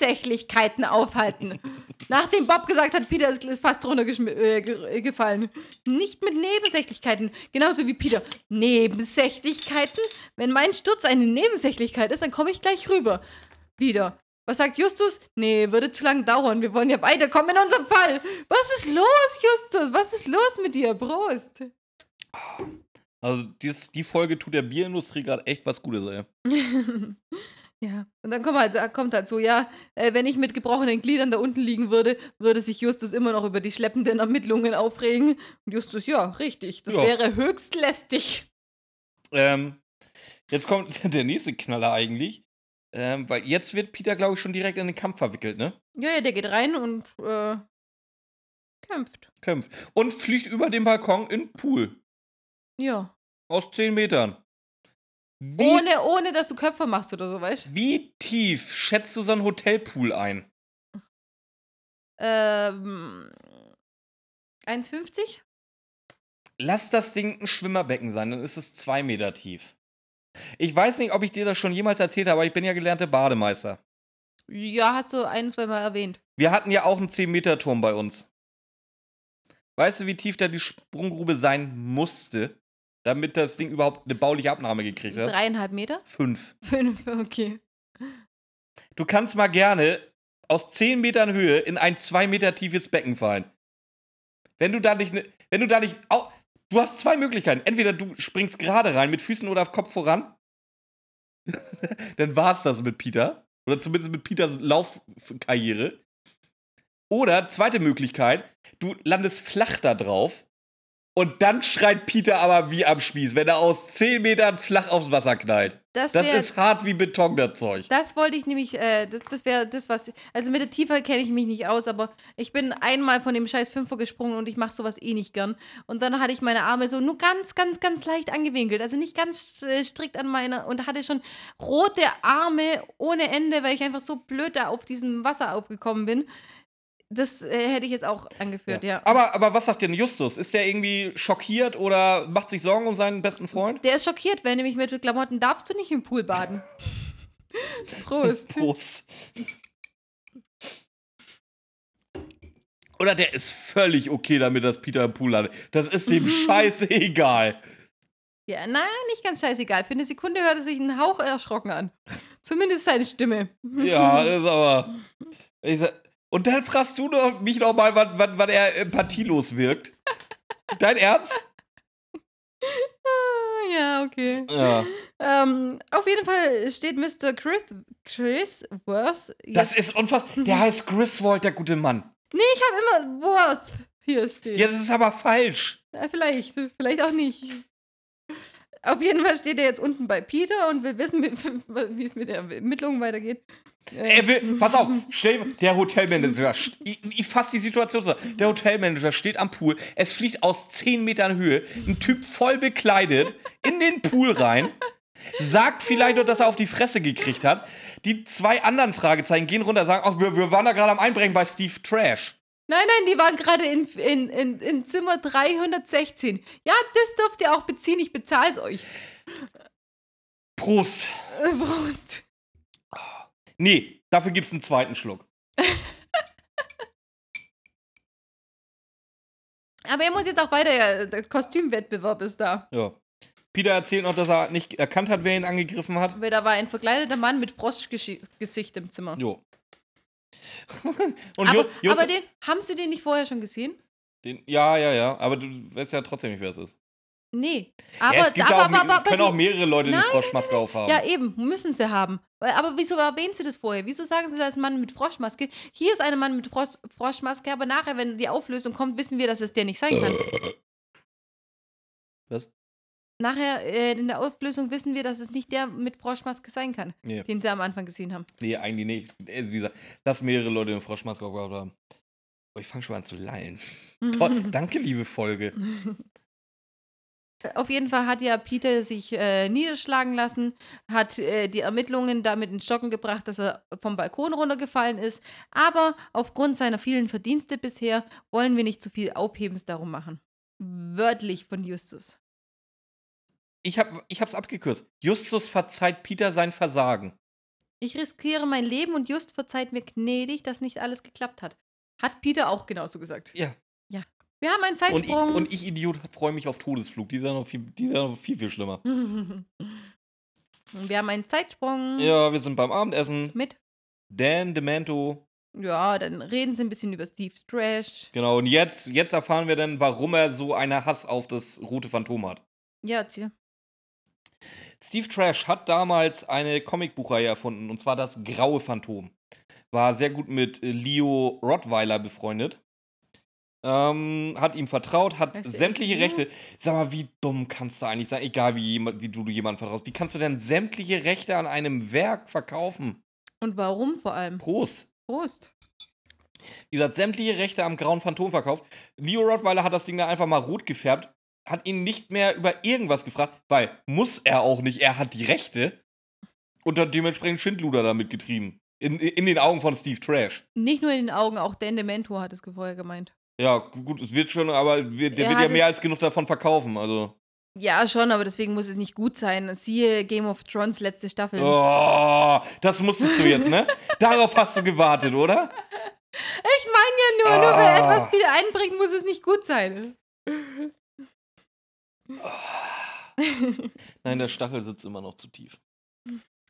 Speaker 2: Nebensächlichkeiten aufhalten. Nachdem Bob gesagt hat, Peter ist ist fast runtergefallen. Äh, ge- äh, gefallen. nicht mit Nebensächlichkeiten. Genauso wie Peter. Nebensächlichkeiten? Wenn mein Sturz eine Nebensächlichkeit ist, dann komme ich gleich rüber. Wieder. Was sagt Justus? Nee, würde zu lang dauern. Wir wollen ja weiterkommen in unserem Fall. Was ist los, Justus? Was ist los mit dir? Prost.
Speaker 1: Also, dies, die Folge tut der Bierindustrie gerade echt was Gutes, ey.
Speaker 2: [LAUGHS] Ja, und dann kommt halt, kommt halt so, ja, äh, wenn ich mit gebrochenen Gliedern da unten liegen würde, würde sich Justus immer noch über die schleppenden Ermittlungen aufregen. Und Justus, ja, richtig, das
Speaker 1: Ja.
Speaker 2: wäre höchst lästig.
Speaker 1: Ähm, jetzt kommt [LAUGHS] der nächste Knaller eigentlich. Ähm, weil jetzt wird Peter, glaube ich, schon direkt in den Kampf verwickelt, ne?
Speaker 2: Ja, ja, der geht rein und äh, kämpft.
Speaker 1: Kämpft. Und fliegt über den Balkon in den Pool.
Speaker 2: Ja.
Speaker 1: Aus 10 Metern. Wie,
Speaker 2: Ohne, ohne, dass du Köpfe machst oder so, weißt
Speaker 1: wie tief schätzt du so einen Hotelpool ein?
Speaker 2: Ähm. 1,50?
Speaker 1: Lass das Ding ein Schwimmerbecken sein, dann ist es 2 Meter tief. Ich weiß nicht, ob ich dir das schon jemals erzählt habe, aber ich bin ja gelernte Bademeister.
Speaker 2: Ja, hast du ein, zwei Mal erwähnt.
Speaker 1: Wir hatten ja auch einen 10-Meter-Turm bei uns. Weißt du, wie tief da die Sprunggrube sein musste, damit das Ding überhaupt eine bauliche Abnahme gekriegt hat?
Speaker 2: Dreieinhalb Meter?
Speaker 1: Fünf.
Speaker 2: [LAUGHS] Fünf, okay.
Speaker 1: Du kannst mal gerne aus 10 Metern Höhe in ein 2 Meter tiefes Becken fallen. Wenn du da nicht, ne- wenn du da nicht, au, du hast zwei Möglichkeiten. Entweder du springst gerade rein mit Füßen oder Kopf voran. [LAUGHS] Dann war's das mit Peter. Oder zumindest mit Peters Laufkarriere. Oder zweite Möglichkeit, du landest flach da drauf Und dann schreit Peter aber wie am Spieß, wenn er aus 10 Metern flach aufs Wasser knallt.
Speaker 2: Das,
Speaker 1: Das
Speaker 2: wär,
Speaker 1: ist hart wie Beton, das Zeug.
Speaker 2: das wollte ich nämlich, äh, das, das wäre das, was. Also mit der Tiefe kenne ich mich nicht aus, aber ich bin einmal von dem scheiß Fünfer gesprungen und ich mache sowas eh nicht gern. Und dann hatte ich meine Arme so nur ganz, ganz, ganz leicht angewinkelt. Also nicht ganz äh, strikt an meiner und hatte schon rote Arme ohne Ende, weil ich einfach so blöd da auf diesem Wasser aufgekommen bin. Das äh, hätte ich jetzt auch angeführt, ja.
Speaker 1: Aber, aber was sagt denn Justus? Ist der irgendwie schockiert oder macht sich Sorgen um seinen besten Freund?
Speaker 2: Der ist schockiert, weil nämlich mit Klamotten darfst du nicht im Pool baden. Prost.
Speaker 1: Prost. Oder der ist völlig okay damit, dass Peter im Pool landet. Das ist dem scheiße egal.
Speaker 2: Ja, naja, nicht ganz scheißegal. Für eine Sekunde hört er sich ein Hauch erschrocken an. Zumindest seine Stimme.
Speaker 1: Ja, das ist aber. Ich sag, und dann fragst du noch, mich noch mal, wann, wann, wann er empathielos wirkt. Dein Ernst?
Speaker 2: Ah, Ja, okay.
Speaker 1: Ja.
Speaker 2: Ähm, auf jeden Fall steht Mr. Chris, Chris Worth.
Speaker 1: Das ist unfassbar. Der heißt Griswold, der gute Mann.
Speaker 2: nee, ich habe immer Worth hier stehen.
Speaker 1: Ja, das ist aber falsch.
Speaker 2: Ja, vielleicht, vielleicht auch nicht. Auf jeden Fall steht er jetzt unten bei Peter und will wissen, wie [LAUGHS] wie es mit der Ermittlung weitergeht. Äh,
Speaker 1: Er will, pass auf, schnell, der Hotelmanager, st- ich, ich fasse die Situation zusammen. Der Hotelmanager steht am Pool, es fliegt aus 10 Metern Höhe ein Typ voll bekleidet in den Pool rein, sagt vielleicht nur, dass er auf die Fresse gekriegt hat. Die zwei anderen Fragezeichen gehen runter, sagen, ach, wir, wir waren da gerade am Einbrechen bei Steve Trash.
Speaker 2: Nein, nein, die waren gerade in, in, in, in Zimmer 316. Ja, das dürft ihr auch beziehen, ich bezahle es euch.
Speaker 1: Prost.
Speaker 2: Äh, Prost.
Speaker 1: Nee, dafür gibt's einen zweiten Schluck.
Speaker 2: Aber er muss jetzt auch weiter, ja, der Kostümwettbewerb ist da.
Speaker 1: Ja. Peter erzählt noch, dass er nicht erkannt hat, wer ihn angegriffen hat.
Speaker 2: Weil da war ein verkleideter Mann mit Frostgesicht im Zimmer.
Speaker 1: Jo. [LAUGHS] Und
Speaker 2: Aber,
Speaker 1: Ju- Justus-
Speaker 2: aber den, haben sie den nicht vorher schon gesehen?
Speaker 1: Den, ja, ja, ja. Aber du weißt ja trotzdem nicht, wer es ist.
Speaker 2: Nee. Aber,
Speaker 1: ja, es gibt
Speaker 2: aber,
Speaker 1: ja auch,
Speaker 2: aber,
Speaker 1: me-
Speaker 2: aber,
Speaker 1: es können auch
Speaker 2: aber die,
Speaker 1: mehrere Leute
Speaker 2: Nein,
Speaker 1: die Froschmaske aufhaben.
Speaker 2: ja, eben, müssen sie haben. Weil, aber wieso erwähnen sie das vorher? Wieso sagen sie, da ist ein Mann mit Froschmaske? Hier ist ein Mann mit Frosch, Froschmaske, aber nachher, wenn die Auflösung kommt, wissen wir, dass es der nicht sein kann.
Speaker 1: [LAUGHS] Was?
Speaker 2: Nachher äh, in der Auflösung wissen wir, dass es nicht der mit Froschmaske sein kann,
Speaker 1: Nee.
Speaker 2: den sie am Anfang gesehen haben.
Speaker 1: nee, eigentlich nicht. Äh, Wie gesagt, dass mehrere Leute eine Froschmaske aufgehabt haben. Oh, ich fange schon an zu
Speaker 2: [LAUGHS]
Speaker 1: lallen. Toll, danke, liebe Folge.
Speaker 2: Auf jeden Fall hat ja Peter sich äh, niederschlagen lassen, hat äh, die Ermittlungen damit in Stocken gebracht, dass er vom Balkon runtergefallen ist. Aber aufgrund seiner vielen Verdienste bisher wollen wir nicht zu viel Aufhebens darum machen. Wörtlich von Justus.
Speaker 1: Ich, hab, ich hab's abgekürzt. Justus verzeiht Peter sein Versagen.
Speaker 2: Ich riskiere mein Leben und Just verzeiht mir gnädig, dass nicht alles geklappt hat. Hat Peter auch genauso gesagt.
Speaker 1: Ja.
Speaker 2: Ja. Wir haben einen
Speaker 1: Und ich,
Speaker 2: Zeitsprung.
Speaker 1: und ich Idiot, freue mich auf Todesflug. Die sind noch viel, die sind noch viel, viel schlimmer.
Speaker 2: Und [LAUGHS] Wir haben einen Zeitsprung
Speaker 1: Ja, wir sind beim Abendessen.
Speaker 2: mit.
Speaker 1: Dan Demento
Speaker 2: Ja, dann reden sie ein bisschen über Steve Trash.
Speaker 1: Genau, und jetzt, jetzt erfahren wir dann, warum er so einen Hass auf das rote Phantom hat.
Speaker 2: Ja, erzähl.
Speaker 1: Steve Trash hat damals eine Comicbuchreihe erfunden, und zwar das Graue Phantom. War sehr gut mit äh, Leo Rottweiler befreundet. Ähm, hat ihm vertraut, hat
Speaker 2: Weißt du,
Speaker 1: sämtliche
Speaker 2: ich-
Speaker 1: Rechte. Sag mal, wie dumm kannst du eigentlich sein? Egal, wie, jemand, wie du, du jemanden vertraust. Wie kannst du denn sämtliche Rechte an einem Werk verkaufen?
Speaker 2: Und warum vor allem?
Speaker 1: Prost!
Speaker 2: Prost.
Speaker 1: Wie gesagt, sämtliche Rechte am grauen Phantom verkauft. Leo Rottweiler hat das Ding dann einfach mal rot gefärbt, hat ihn nicht mehr über irgendwas gefragt, weil muss er auch nicht, er hat die Rechte. Und dann dementsprechend Schindluder damit getrieben. In, in den Augen von Steve Trash.
Speaker 2: Nicht nur in den Augen, auch Dan Demento hat es vorher gemeint.
Speaker 1: Ja, gut, es wird schon, aber wir, der
Speaker 2: Er
Speaker 1: wird ja
Speaker 2: hat
Speaker 1: mehr
Speaker 2: es-
Speaker 1: als genug davon verkaufen. Also.
Speaker 2: Ja, schon, aber deswegen muss es nicht gut sein. Siehe Game of Thrones letzte Staffel.
Speaker 1: Oh, das musstest du jetzt, ne? Darauf hast du gewartet, oder?
Speaker 2: Ich meine ja nur, nur
Speaker 1: Ah.
Speaker 2: wer etwas viel einbringt, muss es nicht gut sein.
Speaker 1: Nein, der Stachel sitzt immer noch zu tief.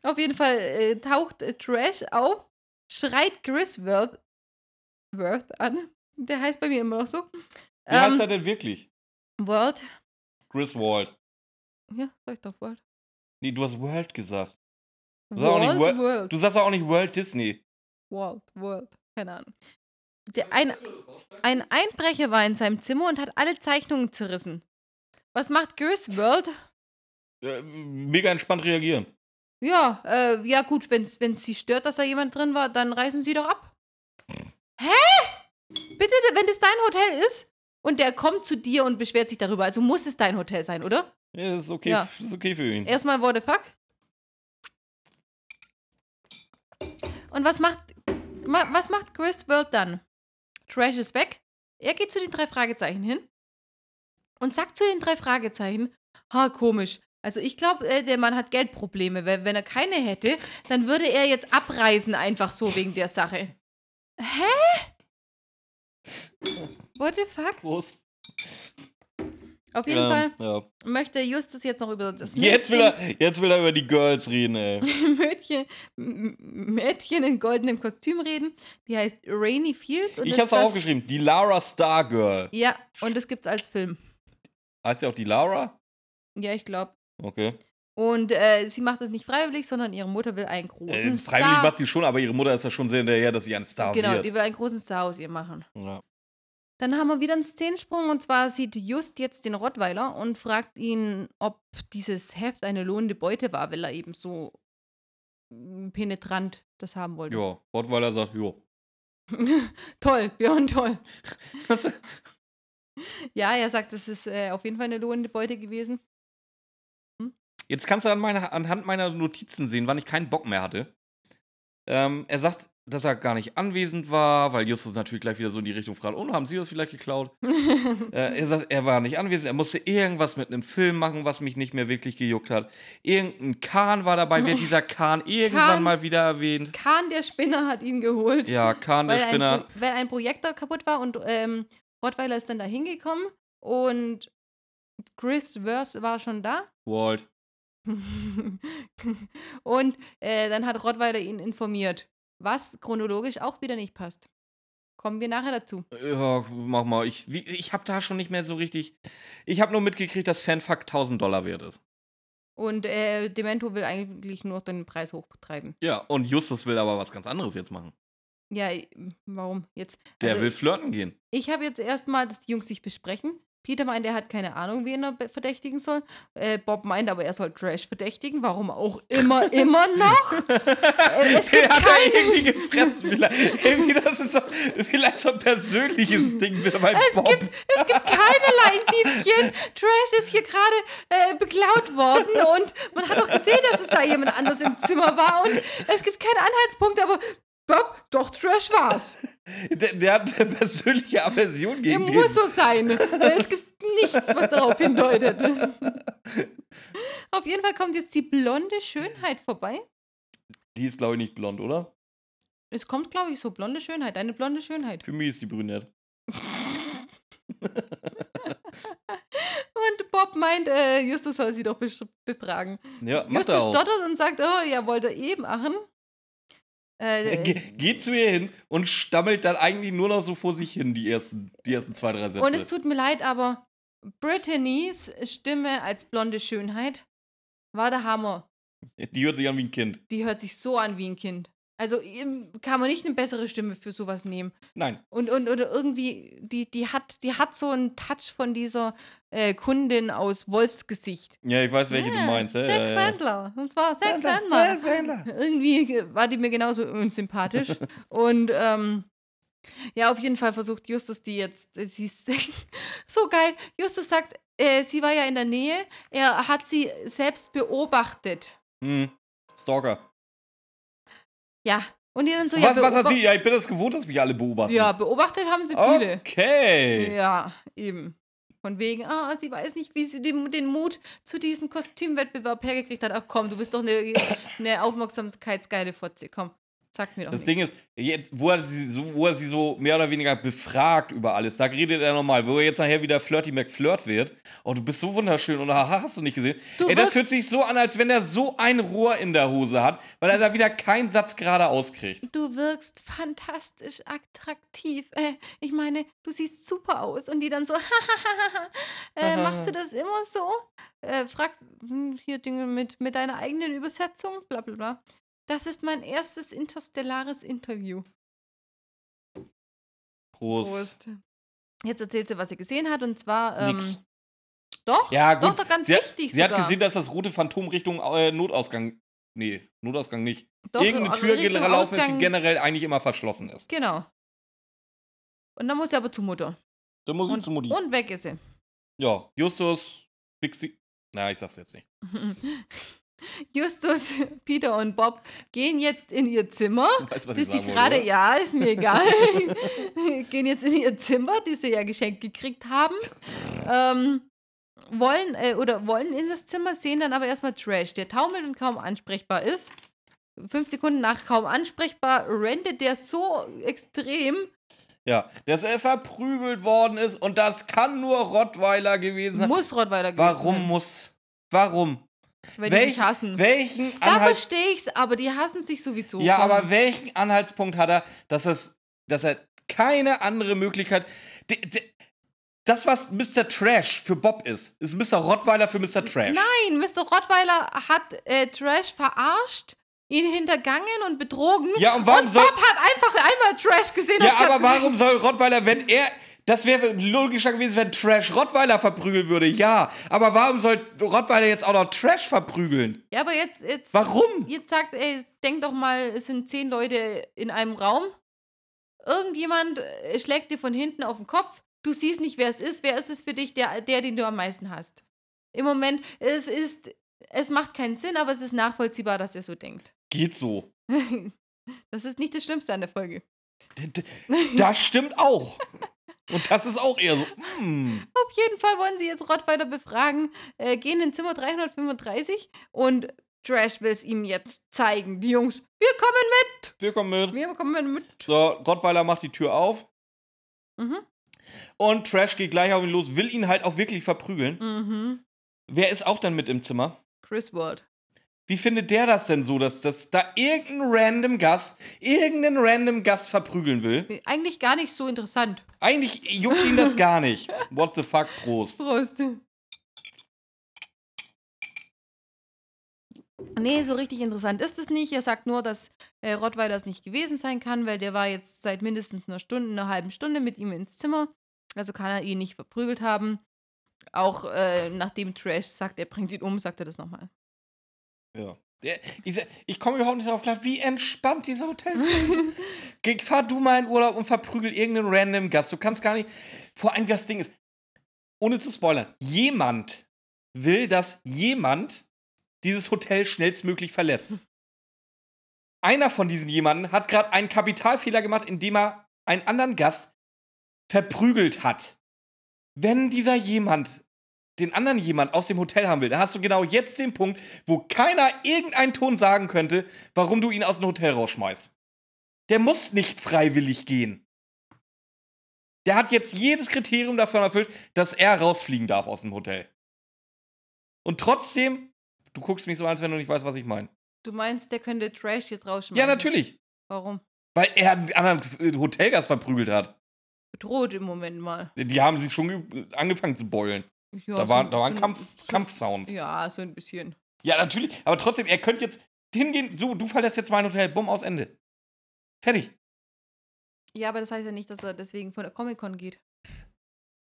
Speaker 2: Auf jeden Fall äh, taucht äh, Trash auf, schreit Chris Worth, Worth an. Der heißt bei mir immer noch so.
Speaker 1: Wie
Speaker 2: Ähm.
Speaker 1: heißt er denn wirklich?
Speaker 2: Worth.
Speaker 1: Griswold.
Speaker 2: Ja, sag ich doch Worth.
Speaker 1: Nee, du hast World gesagt. Sag auch nicht World-
Speaker 2: World.
Speaker 1: Du sagst auch nicht World Disney.
Speaker 2: World, World. Keine Ahnung. der, ein, ein Einbrecher war in seinem Zimmer und hat alle Zeichnungen zerrissen. Was macht Griswold?
Speaker 1: Äh, mega entspannt reagieren.
Speaker 2: Ja, äh, ja gut, wenn es sie stört, dass da jemand drin war, dann reißen sie doch ab. Hä? Bitte, wenn das dein Hotel ist und der kommt zu dir und beschwert sich darüber, also muss es dein Hotel sein, oder?
Speaker 1: Ja, ist okay,
Speaker 2: Ja.
Speaker 1: ist okay für ihn.
Speaker 2: Erstmal what the fuck. Und was macht, ma, was macht Chris World dann? Trash ist weg. Er geht zu den drei Fragezeichen hin und sagt zu den drei Fragezeichen, ha, komisch. Also ich glaube, äh, der Mann hat Geldprobleme, weil wenn er keine hätte, dann würde er jetzt abreisen einfach so wegen der Sache. Hä? What the fuck?
Speaker 1: Prost.
Speaker 2: Auf jeden Fall
Speaker 1: Ähm, Ja.
Speaker 2: möchte Justus jetzt noch über das
Speaker 1: Jetzt, will
Speaker 2: Mädchen-
Speaker 1: er, jetzt will er über die Girls reden, ey.
Speaker 2: Mädchen, M- M- Mädchen in goldenem Kostüm reden. Die heißt Rainy Fields. Und
Speaker 1: Ich
Speaker 2: das-
Speaker 1: hab's auch
Speaker 2: das-
Speaker 1: aufgeschrieben. Die Lara Star Girl.
Speaker 2: Ja, und das gibt's als Film.
Speaker 1: Heißt ja auch die Lara?
Speaker 2: Ja, ich glaube.
Speaker 1: Okay.
Speaker 2: Und äh, sie macht das nicht freiwillig, sondern ihre Mutter will einen großen
Speaker 1: Äh,
Speaker 2: Star.
Speaker 1: freiwillig macht sie schon, aber ihre Mutter ist ja schon sehr hinterher, dass sie ein Star
Speaker 2: Genau, die
Speaker 1: wird.
Speaker 2: will einen großen Star aus ihr machen.
Speaker 1: Ja.
Speaker 2: Dann haben wir wieder einen Szenensprung und zwar sieht Just jetzt den Rottweiler und fragt ihn, ob dieses Heft eine lohnende Beute war, weil er eben so mm, penetrant das haben wollte.
Speaker 1: Jo, Rottweiler sagt, [LAUGHS] jo.
Speaker 2: Toll, Björn, toll.
Speaker 1: Was?
Speaker 2: Ja, er sagt, es ist äh, auf jeden Fall eine lohnende Beute gewesen.
Speaker 1: Jetzt kannst du an meiner, anhand meiner Notizen sehen, wann ich keinen Bock mehr hatte. Ähm, er sagt, dass er gar nicht anwesend war, weil Justus natürlich gleich wieder so in die Richtung fragt, oh, haben Sie das vielleicht
Speaker 2: [LAUGHS]
Speaker 1: geklaut? äh, er sagt, er war nicht anwesend, er musste irgendwas mit einem Film machen, was mich nicht mehr wirklich gejuckt hat. Irgendein Kahn war dabei,
Speaker 2: [LAUGHS]
Speaker 1: wird dieser Kahn irgendwann
Speaker 2: Kahn.
Speaker 1: mal wieder erwähnt.
Speaker 2: Kahn, der Spinner, hat ihn geholt,
Speaker 1: Ja, Kahn, der
Speaker 2: weil, ein
Speaker 1: Spinner.
Speaker 2: Pro- weil ein Projektor kaputt war und ähm, Rottweiler ist dann da hingekommen und Chris Wurst war schon da. [LAUGHS]
Speaker 1: Walt.
Speaker 2: und äh, dann hat Rottweiler ihn informiert, was chronologisch auch wieder nicht passt. Kommen wir nachher dazu.
Speaker 1: Ja, mach mal. Ich, wie- ich hab da schon nicht mehr so richtig. Ich hab nur mitgekriegt, dass Fanfuck 1000 Dollar wert ist.
Speaker 2: Und äh, Demento will eigentlich nur den Preis hochtreiben.
Speaker 1: Ja, und Justus will aber was ganz anderes jetzt machen.
Speaker 2: Ja, i- warum jetzt?
Speaker 1: Der
Speaker 2: Also-
Speaker 1: will flirten gehen.
Speaker 2: Ich habe jetzt erstmal, dass die Jungs sich besprechen. Peter meint, er hat keine Ahnung, wen er be- verdächtigen soll. Äh, Bob meint aber, er soll Trash verdächtigen.
Speaker 1: [LAUGHS]
Speaker 2: Warum auch immer, immer noch. Äh, es
Speaker 1: [LAUGHS]
Speaker 2: gibt
Speaker 1: Der hat er
Speaker 2: keinen-
Speaker 1: irgendwie gefressen. Vielleicht, irgendwie das ist so, vielleicht so ein persönliches Ding mit meinem Bob.
Speaker 2: Es gibt keinerlei Indizien. Trash ist hier gerade äh, beklaut worden und man hat auch gesehen, dass es da jemand anders im Zimmer war. Und es gibt keinen Anhaltspunkt, aber Bob, doch Trash war's.
Speaker 1: der, der hat eine persönliche Aversion
Speaker 2: Er
Speaker 1: gegen den.
Speaker 2: muss so sein. Es [LAUGHS] gibt nichts, was darauf hindeutet. Auf jeden Fall kommt jetzt die blonde Schönheit vorbei.
Speaker 1: Die ist, glaube ich, nicht blond, oder?
Speaker 2: Es kommt, glaube ich, so blonde Schönheit, eine blonde Schönheit.
Speaker 1: Für mich ist die brünett.
Speaker 2: Und Bob meint, äh, Justus soll sie doch besch- befragen.
Speaker 1: Ja, macht er
Speaker 2: Justus
Speaker 1: auch.
Speaker 2: stottert und sagt, oh, ja, wollte er eben machen. [LAUGHS]
Speaker 1: Ge
Speaker 2: Äh,
Speaker 1: geht zu ihr hin und stammelt dann eigentlich nur noch so vor sich hin, die ersten, die ersten zwei, drei Sätze.
Speaker 2: und es tut mir leid, aber Brittany's Stimme als blonde Schönheit war der Hammer.
Speaker 1: die hört sich an wie ein Kind.
Speaker 2: Die hört sich so an wie ein Kind. Also ähm, kann man nicht eine bessere Stimme für sowas nehmen.
Speaker 1: Nein.
Speaker 2: Und, und oder irgendwie, die, die, hat, die hat so einen Touch von dieser äh, Kundin aus Wolfsgesicht.
Speaker 1: Ja, ich weiß, welche
Speaker 2: Ja,
Speaker 1: du meinst. Ja,
Speaker 2: Sex
Speaker 1: ja, ja.
Speaker 2: Sandler. Und zwar Sex
Speaker 1: Sandler,
Speaker 2: Sandler. [LAUGHS] Irgendwie äh, war die mir genauso unsympathisch. und ähm, ja, auf jeden Fall versucht Justus die jetzt. äh, Sie ist [LAUGHS] so geil. Justus sagt, äh, sie war ja in der Nähe. Er hat sie selbst beobachtet.
Speaker 1: Hm. Stalker.
Speaker 2: Ja. Und ihr dann so,
Speaker 1: was,
Speaker 2: ja,
Speaker 1: was hat
Speaker 2: beoba-
Speaker 1: sie? Ja, ich bin das gewohnt, dass mich alle beobachten.
Speaker 2: Ja, beobachtet haben sie viele.
Speaker 1: Okay.
Speaker 2: Ja, eben. Von wegen, ah, sie weiß nicht, wie sie den, den Mut zu diesem Kostümwettbewerb hergekriegt hat. Ach komm, du bist doch eine, eine aufmerksamkeitsgeile Fotze. Komm, sag mir doch
Speaker 1: Das
Speaker 2: nichts.
Speaker 1: Ding ist, jetzt, wo er, sie so, wo er sie so mehr oder weniger befragt über alles, da redet er nochmal, wo er jetzt nachher wieder Flirty McFlirt wird. Oh, du bist so wunderschön und haha, hast du nicht gesehen.
Speaker 2: Du
Speaker 1: Ey, das
Speaker 2: wirst-
Speaker 1: hört sich so an, als wenn er so ein Rohr in der Hose hat, weil er da wieder keinen Satz gerade auskriegt.
Speaker 2: Du wirkst fantastisch attraktiv. Äh, ich meine, du siehst super aus. Und die dann so, [LAUGHS] äh, machst du das immer so? Äh, fragst hm, hier Dinge mit, mit deiner eigenen Übersetzung, bla bla bla. Das ist mein erstes interstellares Interview.
Speaker 1: Prost.
Speaker 2: Prost. Jetzt erzählt sie, was sie gesehen hat und zwar. Ähm,
Speaker 1: Nix.
Speaker 2: Doch?
Speaker 1: Ja, gut.
Speaker 2: Doch, doch, ganz
Speaker 1: sie hat,
Speaker 2: wichtig
Speaker 1: Sie hat
Speaker 2: sogar.
Speaker 1: gesehen, dass das rote Phantom Richtung äh, Notausgang. Nee, Notausgang nicht.
Speaker 2: Doch,
Speaker 1: Irgendeine
Speaker 2: aber
Speaker 1: Tür
Speaker 2: Richtung
Speaker 1: gelaufen ist, die
Speaker 2: Ausgang-
Speaker 1: generell eigentlich immer verschlossen ist.
Speaker 2: Genau. Und dann muss sie aber zu Mutter.
Speaker 1: Da muss ich
Speaker 2: Und,
Speaker 1: zu Mutti.
Speaker 2: und weg ist sie.
Speaker 1: Ja, Justus, Bixi. Na, ich sag's jetzt nicht.
Speaker 2: Justus, [LAUGHS] Peter und Bob gehen jetzt in ihr Zimmer,
Speaker 1: [LAUGHS] Weißt, was
Speaker 2: das sie
Speaker 1: sagen wollte,
Speaker 2: gerade,
Speaker 1: oder?
Speaker 2: ja, ist mir egal, [LAUGHS] gehen jetzt in ihr Zimmer, die sie ja geschenkt gekriegt haben, ähm, wollen äh, oder wollen in das Zimmer, sehen dann aber erstmal Trash, der taumelt und kaum ansprechbar ist. Fünf Sekunden nach kaum ansprechbar rendet der so extrem.
Speaker 1: Ja, dass er verprügelt worden ist und das kann nur Rottweiler gewesen sein.
Speaker 2: Muss Rottweiler gewesen
Speaker 1: Warum
Speaker 2: sein,
Speaker 1: muss? Warum?
Speaker 2: Weil die
Speaker 1: Welch,
Speaker 2: sich hassen.
Speaker 1: welchen
Speaker 2: Da
Speaker 1: Anhalts-
Speaker 2: verstehe ich's, aber die hassen sich sowieso.
Speaker 1: Ja,
Speaker 2: Komm.
Speaker 1: aber welchen Anhaltspunkt hat er, dass, es, dass er keine andere Möglichkeit. D d das, was Mr. Trash für Bob ist, ist Mr. Rottweiler für Mr. Trash.
Speaker 2: Nein, Mr. Rottweiler hat äh, Trash verarscht, ihn hintergangen und betrogen.
Speaker 1: Ja, und warum
Speaker 2: und
Speaker 1: soll-
Speaker 2: Bob hat einfach einmal Trash gesehen
Speaker 1: Ja,
Speaker 2: und hat
Speaker 1: aber
Speaker 2: gesagt,
Speaker 1: warum soll Rottweiler, wenn er. Das wäre logischer gewesen, wenn Trash Rottweiler verprügeln würde, ja. Aber warum soll Rottweiler jetzt auch noch Trash verprügeln?
Speaker 2: Ja, aber jetzt, jetzt.
Speaker 1: Warum?
Speaker 2: Jetzt sagt, ey, denk doch mal, es sind zehn Leute in einem Raum. Irgendjemand äh, schlägt dir von hinten auf den Kopf. Du siehst nicht, wer es ist. Wer ist es für dich, der, der den du am meisten hast? Im Moment, es ist. Es macht keinen Sinn, aber es ist nachvollziehbar, dass er so denkt.
Speaker 1: Geht so.
Speaker 2: Das ist nicht das Schlimmste an der Folge.
Speaker 1: D- d- Das stimmt auch. Und das ist auch eher so. Hm.
Speaker 2: Auf jeden Fall wollen sie jetzt Rottweiler befragen, äh, gehen in Zimmer 335 und Trash will es ihm jetzt zeigen. Die Jungs, wir kommen
Speaker 1: Wir kommen mit.
Speaker 2: mit, wir kommen mit.
Speaker 1: So, Rottweiler macht die Tür auf.
Speaker 2: Mhm.
Speaker 1: Und Trash geht gleich auf ihn los, will ihn halt auch wirklich verprügeln.
Speaker 2: Mhm.
Speaker 1: Wer ist auch dann mit im Zimmer?
Speaker 2: Chris Ward.
Speaker 1: Wie findet der das denn so, dass, dass da irgendein random Gast, irgendeinen random Gast verprügeln will?
Speaker 2: Äh, Eigentlich gar nicht so interessant.
Speaker 1: Eigentlich juckt ihn das gar nicht. What the fuck, Prost.
Speaker 2: Prost. Nee, so richtig interessant ist es nicht. Er sagt nur, dass äh, Rottweiler es nicht gewesen sein kann, weil der war jetzt seit mindestens einer Stunde, einer halben Stunde mit ihm ins Zimmer. Also kann er ihn nicht verprügelt haben. Auch äh, nachdem Trash sagt, er bringt ihn um, sagt er das nochmal.
Speaker 1: Ja. Der, ich sag- ich komme überhaupt nicht darauf klar, wie entspannt dieser Hotelfilm ist. Geh- Fahr du mal in Urlaub und verprügel irgendeinen random Gast. Du kannst gar nicht. Vor allem das Ding ist, ohne zu spoilern, jemand will, dass jemand dieses Hotel schnellstmöglich verlässt. Einer von diesen jemanden hat gerade einen Kapitalfehler gemacht, indem er einen anderen Gast verprügelt hat. Wenn dieser jemand den anderen jemand aus dem Hotel haben will, dann hast du genau jetzt den Punkt, wo keiner irgendeinen Ton sagen könnte, warum du ihn aus dem Hotel rausschmeißt. Der muss nicht freiwillig gehen. Der hat jetzt jedes Kriterium davon erfüllt, dass er rausfliegen darf aus dem Hotel. Und trotzdem, du guckst mich so an, als wenn du nicht weißt, was ich meine.
Speaker 2: Du meinst, der könnte Trash jetzt rausschmeißen?
Speaker 1: Ja, natürlich.
Speaker 2: Warum?
Speaker 1: Weil er einen anderen äh, Hotelgast verprügelt hat.
Speaker 2: Bedroht im Moment mal.
Speaker 1: Die haben sich schon ge- angefangen zu beulen.
Speaker 2: Ja,
Speaker 1: da,
Speaker 2: so-
Speaker 1: waren, da waren
Speaker 2: so-
Speaker 1: Kampf,
Speaker 2: so-
Speaker 1: Kampfsounds.
Speaker 2: Ja, so ein bisschen.
Speaker 1: Ja, natürlich. Aber trotzdem, er könnte jetzt hingehen. So, du verlässt jetzt mein Hotel. Bumm, aus Ende. Fertig.
Speaker 2: Ja, aber das heißt ja nicht, dass er deswegen von der Comic-Con geht.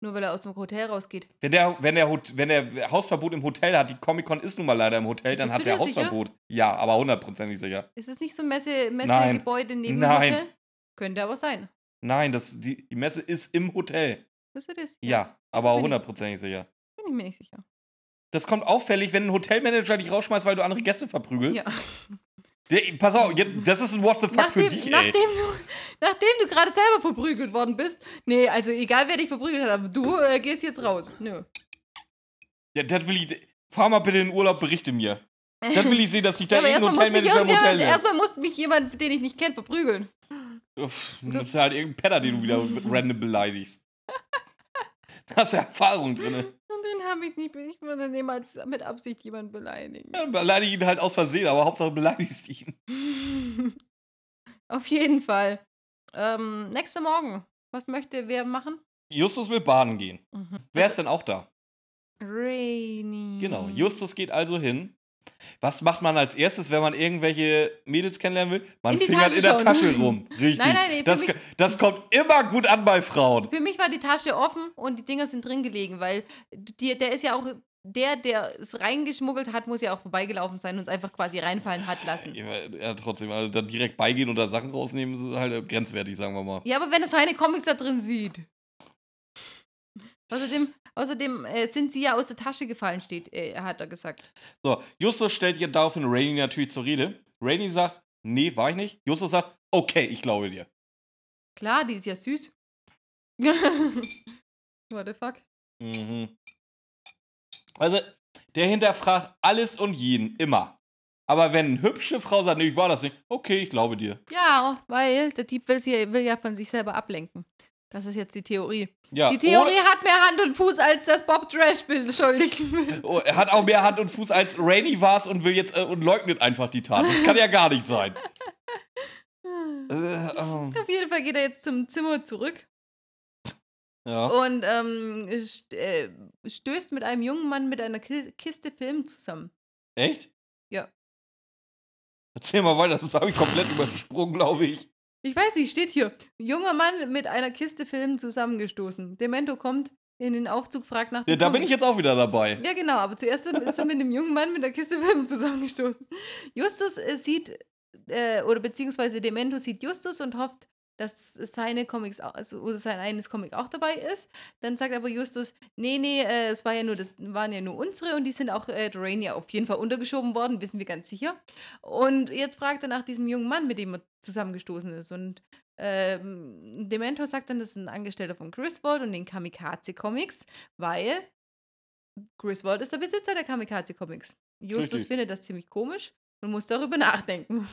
Speaker 2: Nur weil er aus dem Hotel rausgeht.
Speaker 1: Wenn der, wenn, der, Hot- wenn der Hausverbot im Hotel hat, die Comic-Con ist nun mal leider im Hotel, dann
Speaker 2: Bist
Speaker 1: hat
Speaker 2: du
Speaker 1: der
Speaker 2: dir sicher?
Speaker 1: Hausverbot. Ja, aber hundertprozentig sicher.
Speaker 2: Ist es nicht so ein Messe,
Speaker 1: Nein.
Speaker 2: Messegebäude neben
Speaker 1: Nein.
Speaker 2: dem Hotel? Könnte aber sein.
Speaker 1: Nein, das, die, die Messe ist im Hotel.
Speaker 2: Bist du das?
Speaker 1: Ja, aber
Speaker 2: bin ich-
Speaker 1: hundertprozentig sicher.
Speaker 2: Bin ich mir nicht sicher.
Speaker 1: Das kommt auffällig, wenn ein Hotelmanager dich rausschmeißt, weil du andere Gäste verprügelst.
Speaker 2: Ja.
Speaker 1: Der, pass auf, jetzt- das ist ein What the fuck für
Speaker 2: Nachdem,
Speaker 1: dich, ey.
Speaker 2: nachdem du, nachdem du gerade selber verprügelt worden bist. Nee, also egal wer dich verprügelt hat, aber du äh, gehst jetzt raus. Nö.
Speaker 1: Ja, das will ich. Fahr mal bitte in den Urlaub, berichte
Speaker 2: [LAUGHS]
Speaker 1: mir. Das will ich sehen, dass sich da
Speaker 2: Ja, aber
Speaker 1: irgendein
Speaker 2: erstmal muss, mich
Speaker 1: Hotelmanager im Hotel
Speaker 2: irgendjemand-
Speaker 1: lässt.
Speaker 2: erstmal muss mich jemand, den ich nicht kenne, verprügeln.
Speaker 1: Uff, dann nimmst du halt irgendeinen Penner, den du wieder
Speaker 2: [LAUGHS]
Speaker 1: random beleidigst. Da hast du Erfahrung drin.
Speaker 2: Und den habe ich nicht. Ich würde niemals mit Absicht jemanden beleidigen.
Speaker 1: Ja, beleidige ihn halt aus Versehen, aber Hauptsache beleidigst ihn.
Speaker 2: Auf jeden Fall. Ähm, nächster Morgen. Was möchte wer machen?
Speaker 1: Justus will baden gehen.
Speaker 2: Mhm.
Speaker 1: Wer ist denn auch da?
Speaker 2: Rainy. Mhm.
Speaker 1: Genau, Justus geht also hin. Was macht man als erstes, wenn man irgendwelche Mädels kennenlernen will? Man
Speaker 2: In die
Speaker 1: fingert
Speaker 2: Tasche
Speaker 1: in der
Speaker 2: schauen.
Speaker 1: Tasche
Speaker 2: [LAUGHS]
Speaker 1: rum. Richtig.
Speaker 2: Nein, nein, nee, für
Speaker 1: das,
Speaker 2: mich-
Speaker 1: das kommt immer gut an bei Frauen.
Speaker 2: Für mich war die Tasche offen und die Dinger sind drin gelegen, weil die, der ist ja auch, der, der es reingeschmuggelt hat, muss ja auch vorbeigelaufen sein und es einfach quasi reinfallen hat lassen.
Speaker 1: Ja, trotzdem, also dann direkt beigehen und da Sachen rausnehmen, ist halt grenzwertig, sagen wir mal.
Speaker 2: Ja, aber wenn er seine Comics da drin sieht. Außerdem, außerdem äh, sind sie ja aus der Tasche gefallen, steht, äh, hat er gesagt.
Speaker 1: So, Justus stellt ihr daraufhin Rainy natürlich zur Rede. Rainy sagt, nee, war ich nicht. Justus sagt, okay, ich glaube dir.
Speaker 2: Klar, die ist ja süß. [LAUGHS] What the fuck?
Speaker 1: Mhm. Also, der hinterfragt alles und jeden, immer. Aber wenn eine hübsche Frau sagt, nee, ich war das nicht, okay, ich glaube dir.
Speaker 2: Ja, weil der Dieb will, sie, will ja von sich selber ablenken. Das ist jetzt die Theorie.
Speaker 1: Ja,
Speaker 2: Die Theorie hat mehr Hand und Fuß als das Bob Trash-Bild, entschuldigen.
Speaker 1: Oh, er hat auch mehr Hand und Fuß als Rainy war's und will jetzt äh, und leugnet einfach die Tat. Das kann ja gar nicht
Speaker 2: [LAUGHS]
Speaker 1: sein. äh, ähm,
Speaker 2: [LAUGHS] Auf jeden Fall geht er jetzt zum Zimmer zurück
Speaker 1: ja.
Speaker 2: und ähm, st- äh, stößt mit einem jungen Mann mit einer Ki- Kiste Film zusammen.
Speaker 1: Echt?
Speaker 2: Ja.
Speaker 1: Erzähl mal weiter, das habe ich komplett übersprungen, glaube ich.
Speaker 2: Ich weiß nicht, steht hier. Junger Mann mit einer Kiste Film zusammengestoßen. Demento kommt in den Aufzug, fragt nach
Speaker 1: Ja,
Speaker 2: den
Speaker 1: da bin ich
Speaker 2: Comics.
Speaker 1: jetzt auch wieder dabei.
Speaker 2: Ja, genau, aber zuerst ist er mit dem jungen Mann mit der Kiste [LAUGHS] Film zusammengestoßen. Justus äh, sieht, äh, oder beziehungsweise Demento sieht Justus und hofft, dass seine Comics, au- also, oder sein eines Comic auch dabei ist. Dann sagt aber Justus, nee, nee, äh, es war ja nur das, waren ja nur unsere und die sind auch äh, Doraine ja auf jeden Fall untergeschoben worden, wissen wir ganz sicher. Und jetzt fragt er nach diesem jungen Mann, mit dem er zusammengestoßen ist. Und ähm, Dementor sagt dann, das ist ein Angestellter von Griswold und den Kamikaze Comics, weil Griswold ist der Besitzer der Kamikaze Comics. Justus
Speaker 1: Richtig.
Speaker 2: findet das ziemlich komisch und muss darüber nachdenken.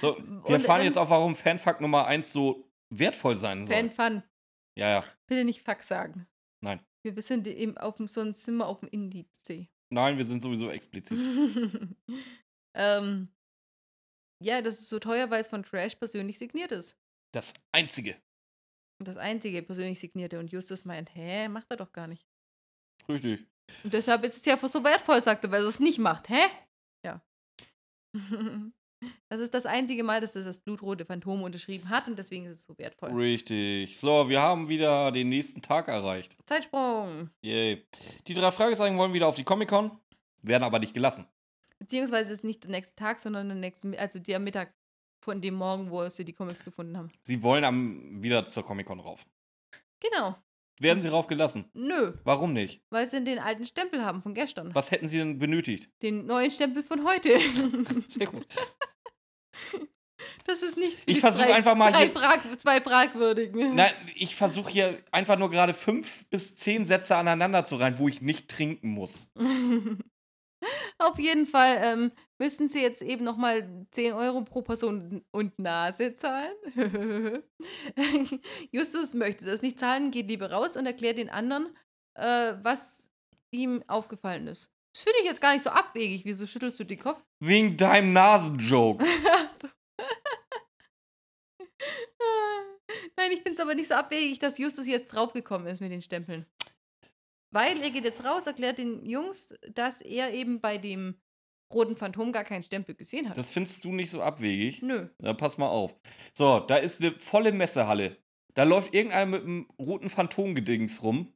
Speaker 1: So, wir
Speaker 2: Und,
Speaker 1: erfahren
Speaker 2: ähm,
Speaker 1: jetzt auch, warum Fanfuck Nummer 1 so wertvoll sein soll.
Speaker 2: Fan Fun.
Speaker 1: ja, ja.
Speaker 2: Bitte nicht Fuck sagen.
Speaker 1: Nein.
Speaker 2: Wir sind im, auf dem, so ein Zimmer auf dem Indizee.
Speaker 1: Nein, wir sind sowieso
Speaker 2: Mhm.
Speaker 1: explizit.
Speaker 2: [LAUGHS] ähm, ja, das ist so teuer, weil es von Trash persönlich signiert ist.
Speaker 1: Das Einzige.
Speaker 2: Das einzige persönlich signierte. Und Justus meint, hä, macht er doch gar nicht.
Speaker 1: Richtig.
Speaker 2: Und deshalb ist es ja so wertvoll, sagt er, weil er es nicht macht. Hä? Ja. [LAUGHS] Das ist das einzige Mal, dass er das blutrote Phantom unterschrieben hat und deswegen ist es so wertvoll.
Speaker 1: Richtig. So, wir haben wieder den nächsten Tag erreicht.
Speaker 2: Zeitsprung.
Speaker 1: Yay. Die drei Fragezeichen wollen wieder auf die Comic-Con, werden aber nicht gelassen.
Speaker 2: Beziehungsweise es ist nicht der nächste Tag, sondern der nächste, Mi- also der Mittag von dem Morgen, wo sie die Comics gefunden haben.
Speaker 1: Sie wollen am, wieder zur Comic-Con rauf.
Speaker 2: Genau.
Speaker 1: Werden sie rauf gelassen?
Speaker 2: Nö,
Speaker 1: Warum nicht?
Speaker 2: weil sie den alten Stempel haben von gestern.
Speaker 1: Was hätten sie denn benötigt?
Speaker 2: Den neuen Stempel von heute. [LAUGHS]
Speaker 1: Sehr gut.
Speaker 2: Das ist nichts. für
Speaker 1: Ich
Speaker 2: die
Speaker 1: versuch
Speaker 2: drei-
Speaker 1: einfach mal
Speaker 2: drei
Speaker 1: hier-
Speaker 2: Frag, zwei fragwürdigen.
Speaker 1: Nein, ich versuche hier einfach nur gerade fünf bis zehn Sätze aneinander zu rein, wo ich nicht trinken muss.
Speaker 2: Auf jeden Fall ähm, müssen sie jetzt eben nochmal 10 Euro pro Person und Nase zahlen. [LAUGHS] Justus möchte das nicht zahlen, geht lieber raus und erklärt den anderen, äh, was ihm aufgefallen ist. Das finde ich jetzt gar nicht so abwegig. Wieso schüttelst du den Kopf?
Speaker 1: Wegen deinem Nasenjoke.
Speaker 2: Ach so. [LAUGHS] Nein, ich finde es aber nicht so abwegig, dass Justus jetzt draufgekommen ist mit den Stempeln. Weil er geht jetzt raus, erklärt den Jungs, dass er eben bei dem roten Phantom gar keinen Stempel gesehen hat.
Speaker 1: Das findest du nicht so abwegig.
Speaker 2: Nö.
Speaker 1: Na, pass mal auf. So, da ist eine volle Messehalle. Da läuft irgendeiner mit einem roten Phantomgedings rum.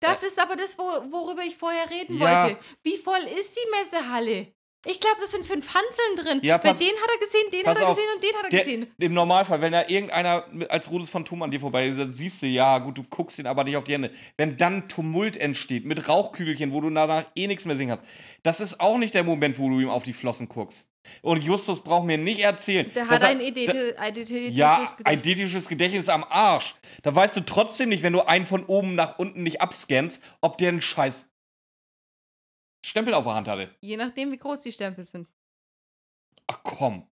Speaker 2: Das ist aber das, wo, worüber ich vorher reden
Speaker 1: Ja.
Speaker 2: wollte. Wie voll ist die Messehalle? Ich glaube, das sind fünf Hanseln drin.
Speaker 1: Ja,
Speaker 2: Bei
Speaker 1: pass-
Speaker 2: den hat er gesehen, den
Speaker 1: pass
Speaker 2: hat er
Speaker 1: auf.
Speaker 2: gesehen und den hat er
Speaker 1: Der,
Speaker 2: gesehen.
Speaker 1: Im Normalfall, wenn da irgendeiner mit- als rotes Phantom an dir vorbei ist, dann siehst du, ja, gut, du guckst ihn aber nicht auf die Hände. Wenn dann Tumult entsteht mit Rauchkügelchen, wo du danach eh nichts mehr sehen kannst, das ist auch nicht der Moment, wo du ihm auf die Flossen guckst. Und Justus braucht mir nicht erzählen.
Speaker 2: Der
Speaker 1: dass
Speaker 2: hat
Speaker 1: er-
Speaker 2: ein identi- identitätisches
Speaker 1: Ja,
Speaker 2: Gedächtnis.
Speaker 1: eidetisches Gedächtnis am Arsch. Da weißt du trotzdem nicht, wenn du einen von oben nach unten nicht abscannst, ob der einen scheiß Stempel auf der Hand hatte.
Speaker 2: Je nachdem, wie groß die Stempel sind.
Speaker 1: Ach komm,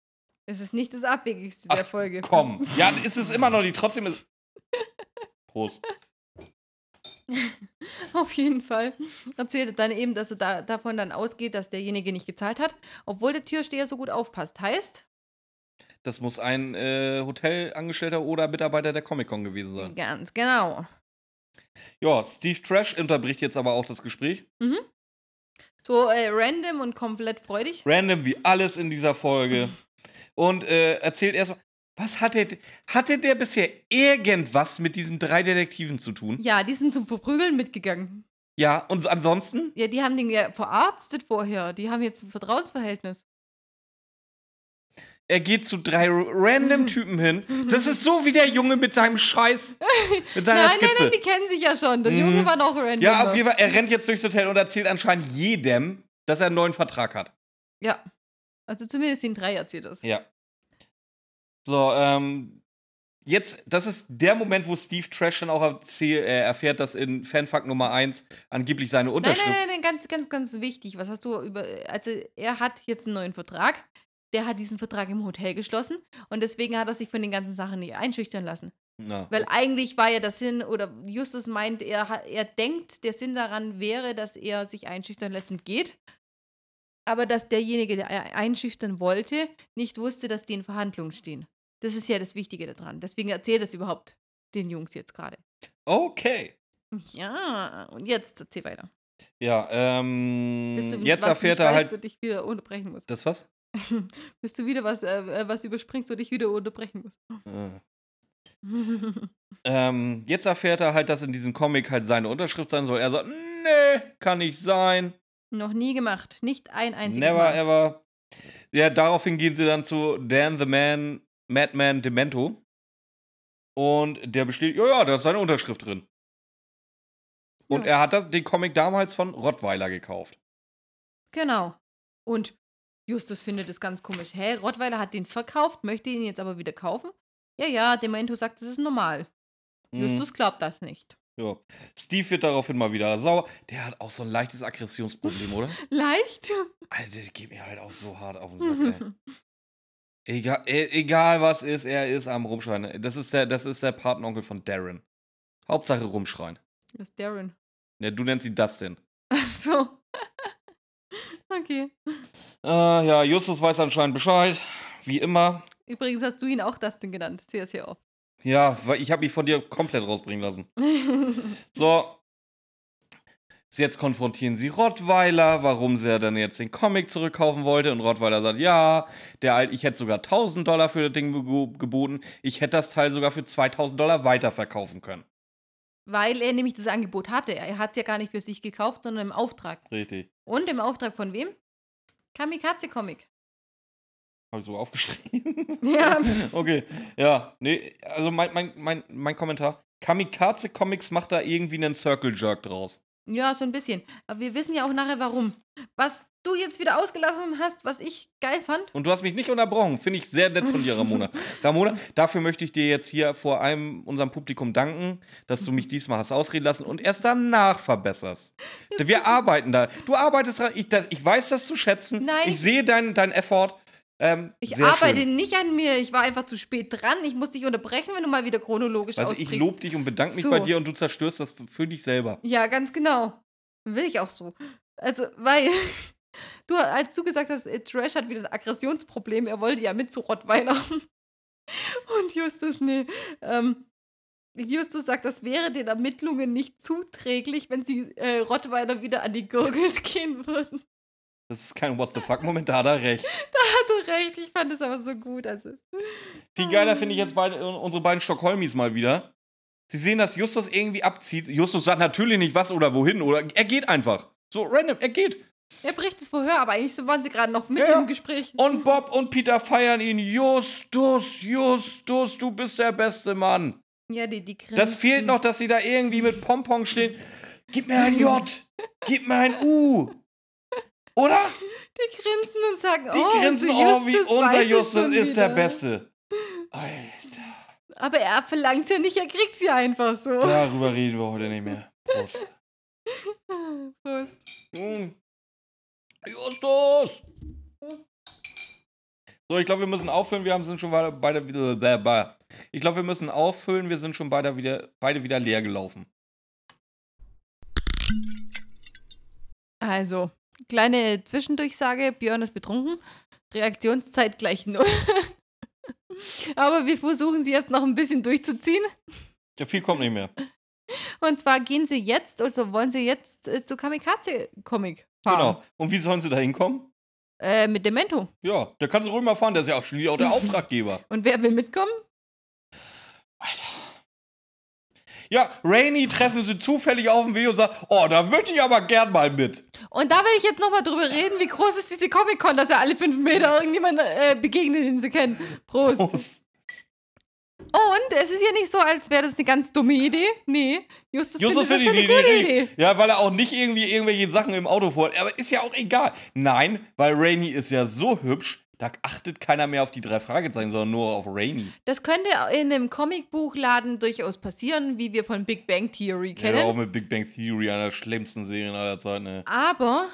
Speaker 2: Es ist nicht das Abwegigste
Speaker 1: Ach,
Speaker 2: der Folge.
Speaker 1: komm. Ja, ist es immer noch die, trotzdem ist... Prost.
Speaker 2: [LAUGHS] Auf jeden Fall. Erzählte dann eben, dass er da, davon dann ausgeht, dass derjenige nicht gezahlt hat, obwohl der Türsteher so gut aufpasst. Heißt,
Speaker 1: Das muss ein äh, Hotelangestellter oder Mitarbeiter der Comic-Con gewesen sein.
Speaker 2: ganz genau.
Speaker 1: Ja, Steve Trash unterbricht jetzt aber auch das Gespräch.
Speaker 2: So äh, random und komplett freudig.
Speaker 1: Random wie alles in dieser Folge. Und äh, erzählt erstmal, was hatte, hatte der bisher irgendwas mit diesen drei Detektiven zu tun?
Speaker 2: Ja, die sind zum Verprügeln mitgegangen.
Speaker 1: Ja, und ansonsten?
Speaker 2: Ja, die haben den ja verarztet vorher. Die haben jetzt ein Vertrauensverhältnis.
Speaker 1: Er geht zu drei r- random Typen hin. Das ist so wie der Junge mit seinem Scheiß, mit seiner
Speaker 2: nein, nein,
Speaker 1: Skizze. Mhm.
Speaker 2: nein, die kennen sich ja schon. Der Junge war noch random.
Speaker 1: ja, auf jeden Fall, er rennt jetzt durchs Hotel und erzählt anscheinend jedem, dass er einen neuen Vertrag hat.
Speaker 2: Ja. Also zumindest den drei erzählt das.
Speaker 1: Ja. So, ähm, jetzt, das ist der Moment, wo Steve Trash dann auch erzähl, äh, erfährt, dass in Fanfuck Nummer 1 angeblich seine
Speaker 2: Nein,
Speaker 1: Unterschrift.
Speaker 2: nein, nein, nein, ganz, ganz, ganz wichtig. Was hast du über. Also, er hat jetzt einen neuen Vertrag. Der hat diesen Vertrag im Hotel geschlossen und deswegen hat er sich von den ganzen Sachen nicht einschüchtern lassen.
Speaker 1: Na.
Speaker 2: Weil eigentlich war ja der Sinn, oder Justus meint, er, ha- er denkt, der Sinn daran wäre, dass er sich einschüchtern lässt und geht. Aber dass derjenige, der er einschüchtern wollte, nicht wusste, dass die in Verhandlungen stehen. Das ist ja das Wichtige daran. Deswegen erzählt das überhaupt den Jungs jetzt gerade.
Speaker 1: Okay.
Speaker 2: Ja, und jetzt erzähl weiter.
Speaker 1: Ja, ähm,
Speaker 2: Bist du,
Speaker 1: jetzt
Speaker 2: was
Speaker 1: erfährt
Speaker 2: nicht
Speaker 1: er
Speaker 2: weißt
Speaker 1: halt.
Speaker 2: und dich wieder unterbrechen musst.
Speaker 1: das was?
Speaker 2: Bist du wieder was, äh, äh, was überspringst und dich wieder unterbrechen musst.
Speaker 1: Äh. Ähm, jetzt erfährt er halt, dass in diesem Comic halt seine Unterschrift sein soll. Er sagt, nee, kann nicht sein.
Speaker 2: [LAUGHS] Noch nie gemacht. Nicht ein einziges
Speaker 1: Never
Speaker 2: Mal.
Speaker 1: ever. Ja, daraufhin gehen sie dann zu Dan the Man, Madman Demento. Und der besteht, ja, ja, da ist seine Unterschrift drin. Und
Speaker 2: Ja.
Speaker 1: er hat das, den Comic damals von Rottweiler gekauft.
Speaker 2: Genau. Und Justus findet es ganz komisch. Hä, Rottweiler hat den verkauft, möchte ihn jetzt aber wieder kaufen? Ja, ja, Demento sagt, das ist normal.
Speaker 1: Mhm.
Speaker 2: Justus glaubt das nicht.
Speaker 1: Ja. Steve wird daraufhin mal wieder sauer. Der hat auch so ein leichtes Aggressionsproblem, oder?
Speaker 2: Leicht?
Speaker 1: Alter, der geht mir halt auch so hart auf den
Speaker 2: [LAUGHS]
Speaker 1: Sack, ey. Egal, e egal was ist, er ist am Rumschreien. Das ist der, das ist der Patenonkel von Darren. Hauptsache rumschreien.
Speaker 2: Das ist Darren.
Speaker 1: Ja, du nennst ihn Dustin.
Speaker 2: [LAUGHS] Ach so. [LAUGHS] okay.
Speaker 1: Äh, ja, Justus weiß anscheinend Bescheid. Wie immer.
Speaker 2: Übrigens hast du ihn auch Dustin genannt. Sehr, sehr oft.
Speaker 1: Ja, weil ich habe mich von dir komplett rausbringen lassen. So. Jetzt konfrontieren sie Rottweiler, warum sie dann jetzt den Comic zurückkaufen wollte. Und Rottweiler sagt, ja, der Alt, ich hätte sogar 1000 Dollar für das Ding bego- geboten. Ich hätte das Teil sogar für 2000 Dollar weiterverkaufen können.
Speaker 2: Weil er nämlich das Angebot hatte. Er hat es ja gar nicht für sich gekauft, sondern im Auftrag.
Speaker 1: Richtig.
Speaker 2: Und im Auftrag von wem?
Speaker 1: [LAUGHS]
Speaker 2: Kamikaze Comic.
Speaker 1: Habe ich so [LAUGHS] aufgeschrieben.
Speaker 2: Ja.
Speaker 1: Okay, ja, nee, also mein, mein, mein, mein Kommentar. Kamikaze Comics macht da irgendwie einen Circle Jerk draus.
Speaker 2: Ja, so ein bisschen. Aber wir wissen ja auch nachher warum. Was du jetzt wieder ausgelassen hast, was ich geil fand.
Speaker 1: Und du hast mich nicht unterbrochen. Finde ich sehr nett von dir,
Speaker 2: [LAUGHS]
Speaker 1: Ramona. Ramona, dafür möchte ich dir jetzt hier vor allem unserem Publikum danken, dass du mich diesmal hast ausreden lassen und erst danach verbesserst.
Speaker 2: [LAUGHS]
Speaker 1: Wir arbeiten da. Du arbeitest dran. Ich, das, ich weiß das zu schätzen.
Speaker 2: Nein,
Speaker 1: Ich
Speaker 2: ich-
Speaker 1: sehe deinen dein Effort. Ähm,
Speaker 2: Ich
Speaker 1: sehr
Speaker 2: arbeite
Speaker 1: schön.
Speaker 2: nicht an mir. Ich war einfach zu spät dran. Ich musste dich unterbrechen, wenn du mal wieder chronologisch
Speaker 1: Also ich
Speaker 2: ausbrichst.
Speaker 1: lobe dich und bedanke mich
Speaker 2: So.
Speaker 1: bei dir und du zerstörst das für dich selber.
Speaker 2: Ja, ganz genau. Will ich auch so. Also, weil [LAUGHS] du, als du gesagt hast, äh, Trash hat wieder ein Aggressionsproblem, er wollte ja mit zu Rottweiler. [LAUGHS] Und Justus, nee. Ähm, Justus sagt, das wäre den Ermittlungen nicht zuträglich, wenn sie äh, Rottweiler wieder an die Gurgel [LAUGHS] gehen würden.
Speaker 1: Das ist kein
Speaker 2: [LAUGHS]
Speaker 1: What the fuck-Moment, da hat er recht.
Speaker 2: Hat er recht, ich fand es aber so gut. Also,
Speaker 1: Viel
Speaker 2: Ah.
Speaker 1: geiler finde ich jetzt beide, unsere beiden Stockholmis mal wieder. Sie sehen, dass Justus irgendwie abzieht. Justus sagt natürlich nicht was oder wohin oder er geht einfach. So random, er geht.
Speaker 2: er bricht das Verhör, aber eigentlich so waren sie gerade noch mit
Speaker 1: Ja, ja.
Speaker 2: im Gespräch.
Speaker 1: Und Bob und Peter feiern ihn. Justus, Justus, du bist der beste Mann.
Speaker 2: Ja, die, die
Speaker 1: Das
Speaker 2: grinsen.
Speaker 1: fehlt noch, dass sie da irgendwie mit Pompon stehen. Gib mir ein J, gib mir ein U. Oder?
Speaker 2: Die grinsen und sagen,
Speaker 1: Die
Speaker 2: oh,
Speaker 1: grinsen,
Speaker 2: unser
Speaker 1: oh, wie
Speaker 2: Justus
Speaker 1: unser
Speaker 2: weiß es
Speaker 1: Justus
Speaker 2: schon
Speaker 1: ist der
Speaker 2: wieder.
Speaker 1: Beste. Alter.
Speaker 2: Aber er verlangt ja nicht, er kriegt sie einfach so.
Speaker 1: Darüber reden wir heute nicht mehr. Prost.
Speaker 2: Prost.
Speaker 1: Hm. Justus! So, ich glaube, wir müssen auffüllen. Wir haben, sind schon weiter- beide wieder. Ich glaube, wir müssen auffüllen. Wir sind schon beide wieder, beide wieder leer gelaufen.
Speaker 2: Also, kleine Zwischendurchsage: Björn ist betrunken. Reaktionszeit gleich null. [LAUGHS] Aber wir versuchen sie jetzt noch ein bisschen durchzuziehen.
Speaker 1: Ja, viel kommt nicht mehr.
Speaker 2: Und zwar gehen sie jetzt, also wollen sie jetzt äh, zu Kamikaze-Comic. fahren.
Speaker 1: Genau. Und wie sollen sie da hinkommen?
Speaker 2: Äh, mit Demento.
Speaker 1: Ja, da kann sie ruhig mal fahren, der ist ja auch schließlich auch der Auftraggeber.
Speaker 2: Und wer will mitkommen?
Speaker 1: Alter. Ja, Rainy treffen sie zufällig auf dem Weg und sagen, oh, da möchte ich aber gern mal mit.
Speaker 2: Und da will ich jetzt nochmal drüber reden, wie groß ist diese Comic-Con, dass ja alle fünf Meter irgendjemand äh, begegnet, den sie kennen. Prost.
Speaker 1: Prost.
Speaker 2: Und es ist ja nicht so, als wäre das eine ganz dumme Idee. Nee, Justus,
Speaker 1: Justus findet
Speaker 2: findet das
Speaker 1: die
Speaker 2: eine
Speaker 1: Idee,
Speaker 2: gute
Speaker 1: Idee.
Speaker 2: Idee.
Speaker 1: Ja, weil er auch nicht irgendwie irgendwelche Sachen im Auto vorhat. Aber ist ja auch egal. Nein, weil Rainy ist ja so hübsch, da achtet keiner mehr auf die drei Fragezeichen, sondern nur auf Rainy.
Speaker 2: Das könnte in einem Comicbuchladen durchaus passieren, wie wir von Big Bang Theory
Speaker 1: Ja, hör auf
Speaker 2: kennen.
Speaker 1: mit Big Bang Theory, einer der schlimmsten Serien aller Zeiten. Ne?
Speaker 2: Aber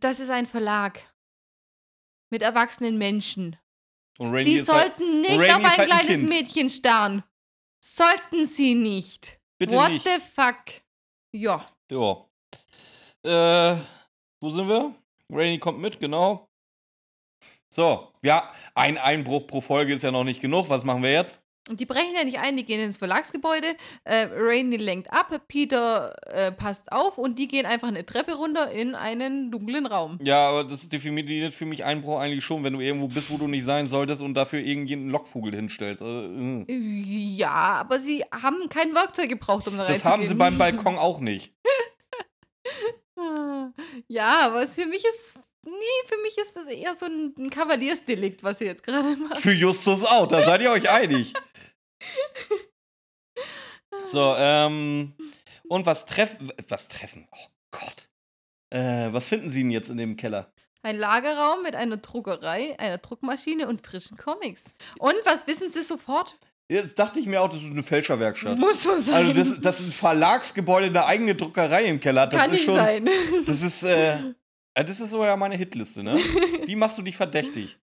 Speaker 2: das ist ein Verlag mit erwachsenen Menschen.
Speaker 1: Und Rainy
Speaker 2: Die
Speaker 1: ist halt-
Speaker 2: sollten nicht
Speaker 1: Rainy
Speaker 2: auf
Speaker 1: ist
Speaker 2: ein
Speaker 1: halt ein
Speaker 2: kleines
Speaker 1: Kind.
Speaker 2: Mädchen starren. Sollten sie nicht.
Speaker 1: Bitte
Speaker 2: What
Speaker 1: nicht.
Speaker 2: the fuck? Ja.
Speaker 1: Ja. Äh, wo sind wir? Rainy kommt mit, genau. So, ja, ein Einbruch pro Folge ist ja noch nicht genug. Was machen wir jetzt?
Speaker 2: Und die brechen ja nicht ein, die gehen ins Verlagsgebäude. Äh, Rainy lenkt ab, Peter äh, passt auf und die gehen einfach eine Treppe runter in einen dunklen Raum.
Speaker 1: Ja, aber das definiert für mich Einbruch eigentlich schon, wenn du irgendwo bist, wo du nicht sein solltest und dafür irgendjemanden Lockvogel hinstellst. Also, äh.
Speaker 2: Ja, aber sie haben kein Werkzeug gebraucht, um da
Speaker 1: das
Speaker 2: reinzugehen.
Speaker 1: haben sie
Speaker 2: [LAUGHS]
Speaker 1: beim Balkon auch nicht.
Speaker 2: Ah. Ja, aber es für mich ist. Nee, für mich ist das eher so ein, ein Kavaliersdelikt, was sie jetzt gerade machen.
Speaker 1: Für Justus auch, da seid ihr euch einig. So, ähm. Und was treffen. Was treffen? Oh Gott. Äh, was finden sie denn jetzt in dem Keller?
Speaker 2: Ein Lagerraum mit einer Druckerei, einer Druckmaschine und frischen Comics. Und was wissen sie sofort?
Speaker 1: Jetzt dachte ich mir auch, das ist eine Fälscherwerkstatt.
Speaker 2: [LAUGHS] Muss so sein.
Speaker 1: Also, das, das ist ein Verlagsgebäude, eine eigene Druckerei im Keller. hat. Das
Speaker 2: kann
Speaker 1: ist
Speaker 2: nicht
Speaker 1: schon,
Speaker 2: sein.
Speaker 1: Das ist, äh, äh, das ist sogar meine Hitliste,
Speaker 2: [LAUGHS]
Speaker 1: ne? Wie machst du dich verdächtig?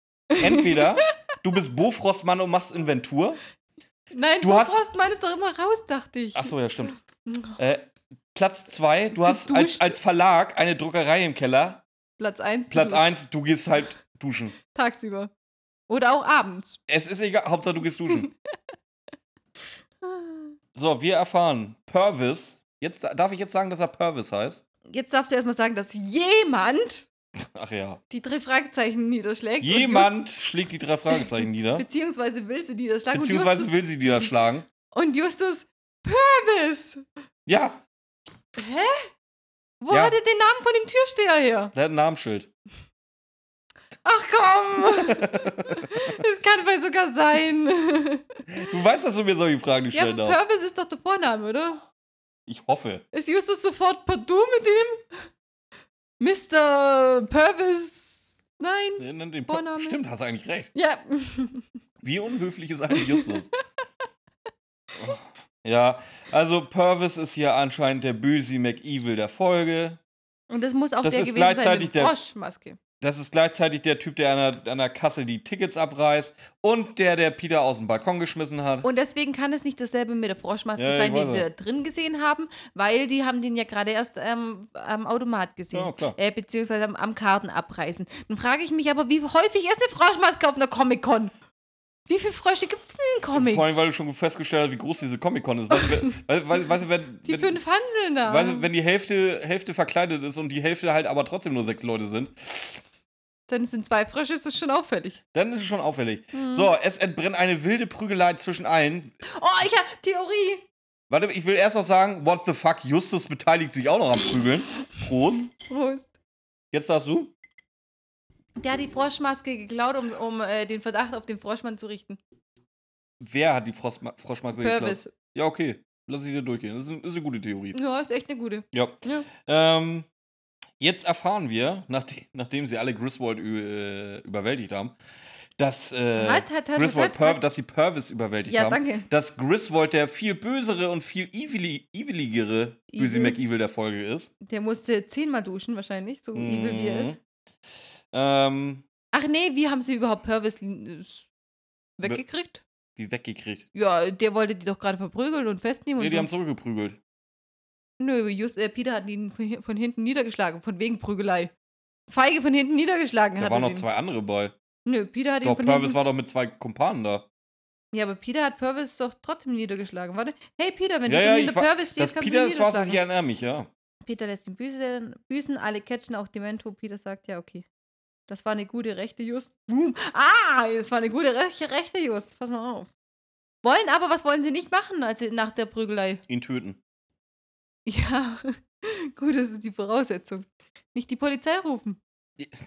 Speaker 1: Entweder du bist Bofrostmann und machst Inventur.
Speaker 2: Nein,
Speaker 1: Du hast-
Speaker 2: Frostmann ist doch immer raus, dachte ich.
Speaker 1: Ach so, ja,
Speaker 2: [LAUGHS]
Speaker 1: stimmt. Äh, Platz 2, du hast als,
Speaker 2: duscht.
Speaker 1: als Verlag eine Druckerei im Keller.
Speaker 2: Platz 1.
Speaker 1: Platz 1, du gehst halt duschen.
Speaker 2: Tagsüber. Oder auch abends.
Speaker 1: Es ist egal, Hauptsache du gehst
Speaker 2: [LAUGHS]
Speaker 1: duschen. So, wir erfahren, Purvis, jetzt, darf ich jetzt sagen, dass er Purvis heißt?
Speaker 2: Jetzt darfst du erstmal sagen, dass jemand
Speaker 1: Ach ja.
Speaker 2: die drei Fragezeichen niederschlägt. und
Speaker 1: Jemand schlägt die drei Fragezeichen
Speaker 2: Justus- [LAUGHS]
Speaker 1: nieder.
Speaker 2: Beziehungsweise will sie niederschlagen.
Speaker 1: Beziehungsweise
Speaker 2: und Justus,
Speaker 1: will sie niederschlagen.
Speaker 2: und Justus Purvis.
Speaker 1: Ja,
Speaker 2: Hä? Wo
Speaker 1: Ja.
Speaker 2: hat er den Namen von dem Türsteher her?
Speaker 1: der hat ein Namensschild.
Speaker 2: Ach
Speaker 1: [LAUGHS]
Speaker 2: komm! das kann wohl sogar sein.
Speaker 1: Du weißt, dass du mir solche Fragen nicht
Speaker 2: ja,
Speaker 1: stellen
Speaker 2: aber
Speaker 1: darfst.
Speaker 2: Purvis ist doch der Vorname, oder?
Speaker 1: Ich hoffe.
Speaker 2: Ist Justus sofort partout mit ihm? Mr. Purvis? Nein.
Speaker 1: Den- Ne, den- den-
Speaker 2: Vorname.
Speaker 1: Stimmt, hast eigentlich recht.
Speaker 2: Ja.
Speaker 1: Wie unhöflich ist eigentlich Justus? [LAUGHS] ja, also Purvis ist hier anscheinend der Bösi McEvil der Folge.
Speaker 2: Und das muss auch
Speaker 1: Das
Speaker 2: der
Speaker 1: ist
Speaker 2: gewesen sein
Speaker 1: gleichzeitig
Speaker 2: mit
Speaker 1: der-
Speaker 2: Froschmaske.
Speaker 1: Das ist gleichzeitig der Typ, der an der, an der Kasse die Tickets abreißt und der, der Peter aus dem Balkon geschmissen hat.
Speaker 2: Und deswegen kann es nicht dasselbe mit der Froschmaske
Speaker 1: Ja, ich
Speaker 2: sein, die
Speaker 1: weiß
Speaker 2: sie
Speaker 1: es.
Speaker 2: da drin gesehen haben, weil die haben den ja gerade erst ähm, am Automat gesehen.
Speaker 1: Ja, klar.
Speaker 2: Äh, beziehungsweise am, am Karten abreißen. Dann frage ich mich aber, wie häufig ist eine Froschmaske auf einer Comic-Con? Wie viele Frösche gibt es denn in Comics?
Speaker 1: Vor allem, weil du schon festgestellt hast, wie groß diese Comic-Con ist. Weißt du,
Speaker 2: [LAUGHS]
Speaker 1: wenn- weil- weil- weißt du, wenn,
Speaker 2: die
Speaker 1: wenn,
Speaker 2: fünf Hanseln da.
Speaker 1: weißt du, wenn die Hälfte, Hälfte verkleidet ist und die Hälfte halt aber trotzdem nur sechs Leute sind,
Speaker 2: Dann sind zwei Frösche, ist das schon auffällig.
Speaker 1: Dann ist es schon auffällig.
Speaker 2: Mhm.
Speaker 1: So, es entbrennt eine wilde Prügelei zwischen allen.
Speaker 2: Oh, ich hab Theorie.
Speaker 1: Warte, ich will erst noch sagen, what the fuck, Justus beteiligt sich auch noch am Prügeln. Prost.
Speaker 2: Prost.
Speaker 1: Jetzt darfst du.
Speaker 2: Der hat die Froschmaske geklaut, um, um äh, den Verdacht auf den Froschmann zu richten.
Speaker 1: Wer hat die Frostma Froschmaske
Speaker 2: Purvis.
Speaker 1: Ja, okay. Lass ich dir durchgehen. Das ist, ein- ist eine gute Theorie.
Speaker 2: Ja, ist echt eine gute.
Speaker 1: Ja.
Speaker 2: Ja.
Speaker 1: Ähm, jetzt erfahren wir, nachdem, nachdem sie alle Griswold ü- äh, überwältigt haben, dass, äh,
Speaker 2: Halt, halt, halt,
Speaker 1: Griswold
Speaker 2: halt, halt.
Speaker 1: Pur- dass sie Purvis überwältigt
Speaker 2: Ja,
Speaker 1: haben.
Speaker 2: danke.
Speaker 1: Dass Griswold der viel bösere und viel evili- eviligere Böse
Speaker 2: Evil.
Speaker 1: McEvil der Folge ist.
Speaker 2: Der musste zehnmal duschen wahrscheinlich, so evil wie er
Speaker 1: Mhm.
Speaker 2: ist.
Speaker 1: Ähm,
Speaker 2: Ach nee, wie haben sie überhaupt Purvis äh, weggekriegt?
Speaker 1: wie weggekriegt.
Speaker 2: Ja, der wollte die doch gerade verprügeln und festnehmen
Speaker 1: Nee,
Speaker 2: und
Speaker 1: die haben
Speaker 2: so.
Speaker 1: zurückgeprügelt.
Speaker 2: Nö, just, äh, Peter hat ihn von, von hinten niedergeschlagen, von wegen Prügelei. Feige von hinten niedergeschlagen
Speaker 1: Da
Speaker 2: hat
Speaker 1: waren
Speaker 2: er
Speaker 1: noch
Speaker 2: den.
Speaker 1: zwei andere bei.
Speaker 2: Nö, Peter hat ihn
Speaker 1: Doch,
Speaker 2: von
Speaker 1: Purvis
Speaker 2: hinten.
Speaker 1: war doch mit zwei Kumpanen da.
Speaker 2: ja, aber Peter hat Purvis doch trotzdem niedergeschlagen. Warte. Hey Peter, wenn
Speaker 1: Ja,
Speaker 2: du
Speaker 1: ja,
Speaker 2: schon
Speaker 1: ich
Speaker 2: hinter
Speaker 1: wa-
Speaker 2: Purvis
Speaker 1: Das
Speaker 2: stehst, kannst
Speaker 1: Peter
Speaker 2: du ihn
Speaker 1: ist was, ich
Speaker 2: niederschlagen.
Speaker 1: erinnere mich, ja.
Speaker 2: Peter lässt ihn büßen, büßen, alle catchen, auch Demento. Peter sagt, ja, okay. Das war eine gute rechte Just. Boom. Ah, das war eine gute rechte, rechte Just. Pass mal auf. Wollen aber, was wollen sie nicht machen als sie nach der Prügelei? [LAUGHS]
Speaker 1: Ihn töten.
Speaker 2: Ja, gut, das ist die Voraussetzung. Nicht die Polizei rufen.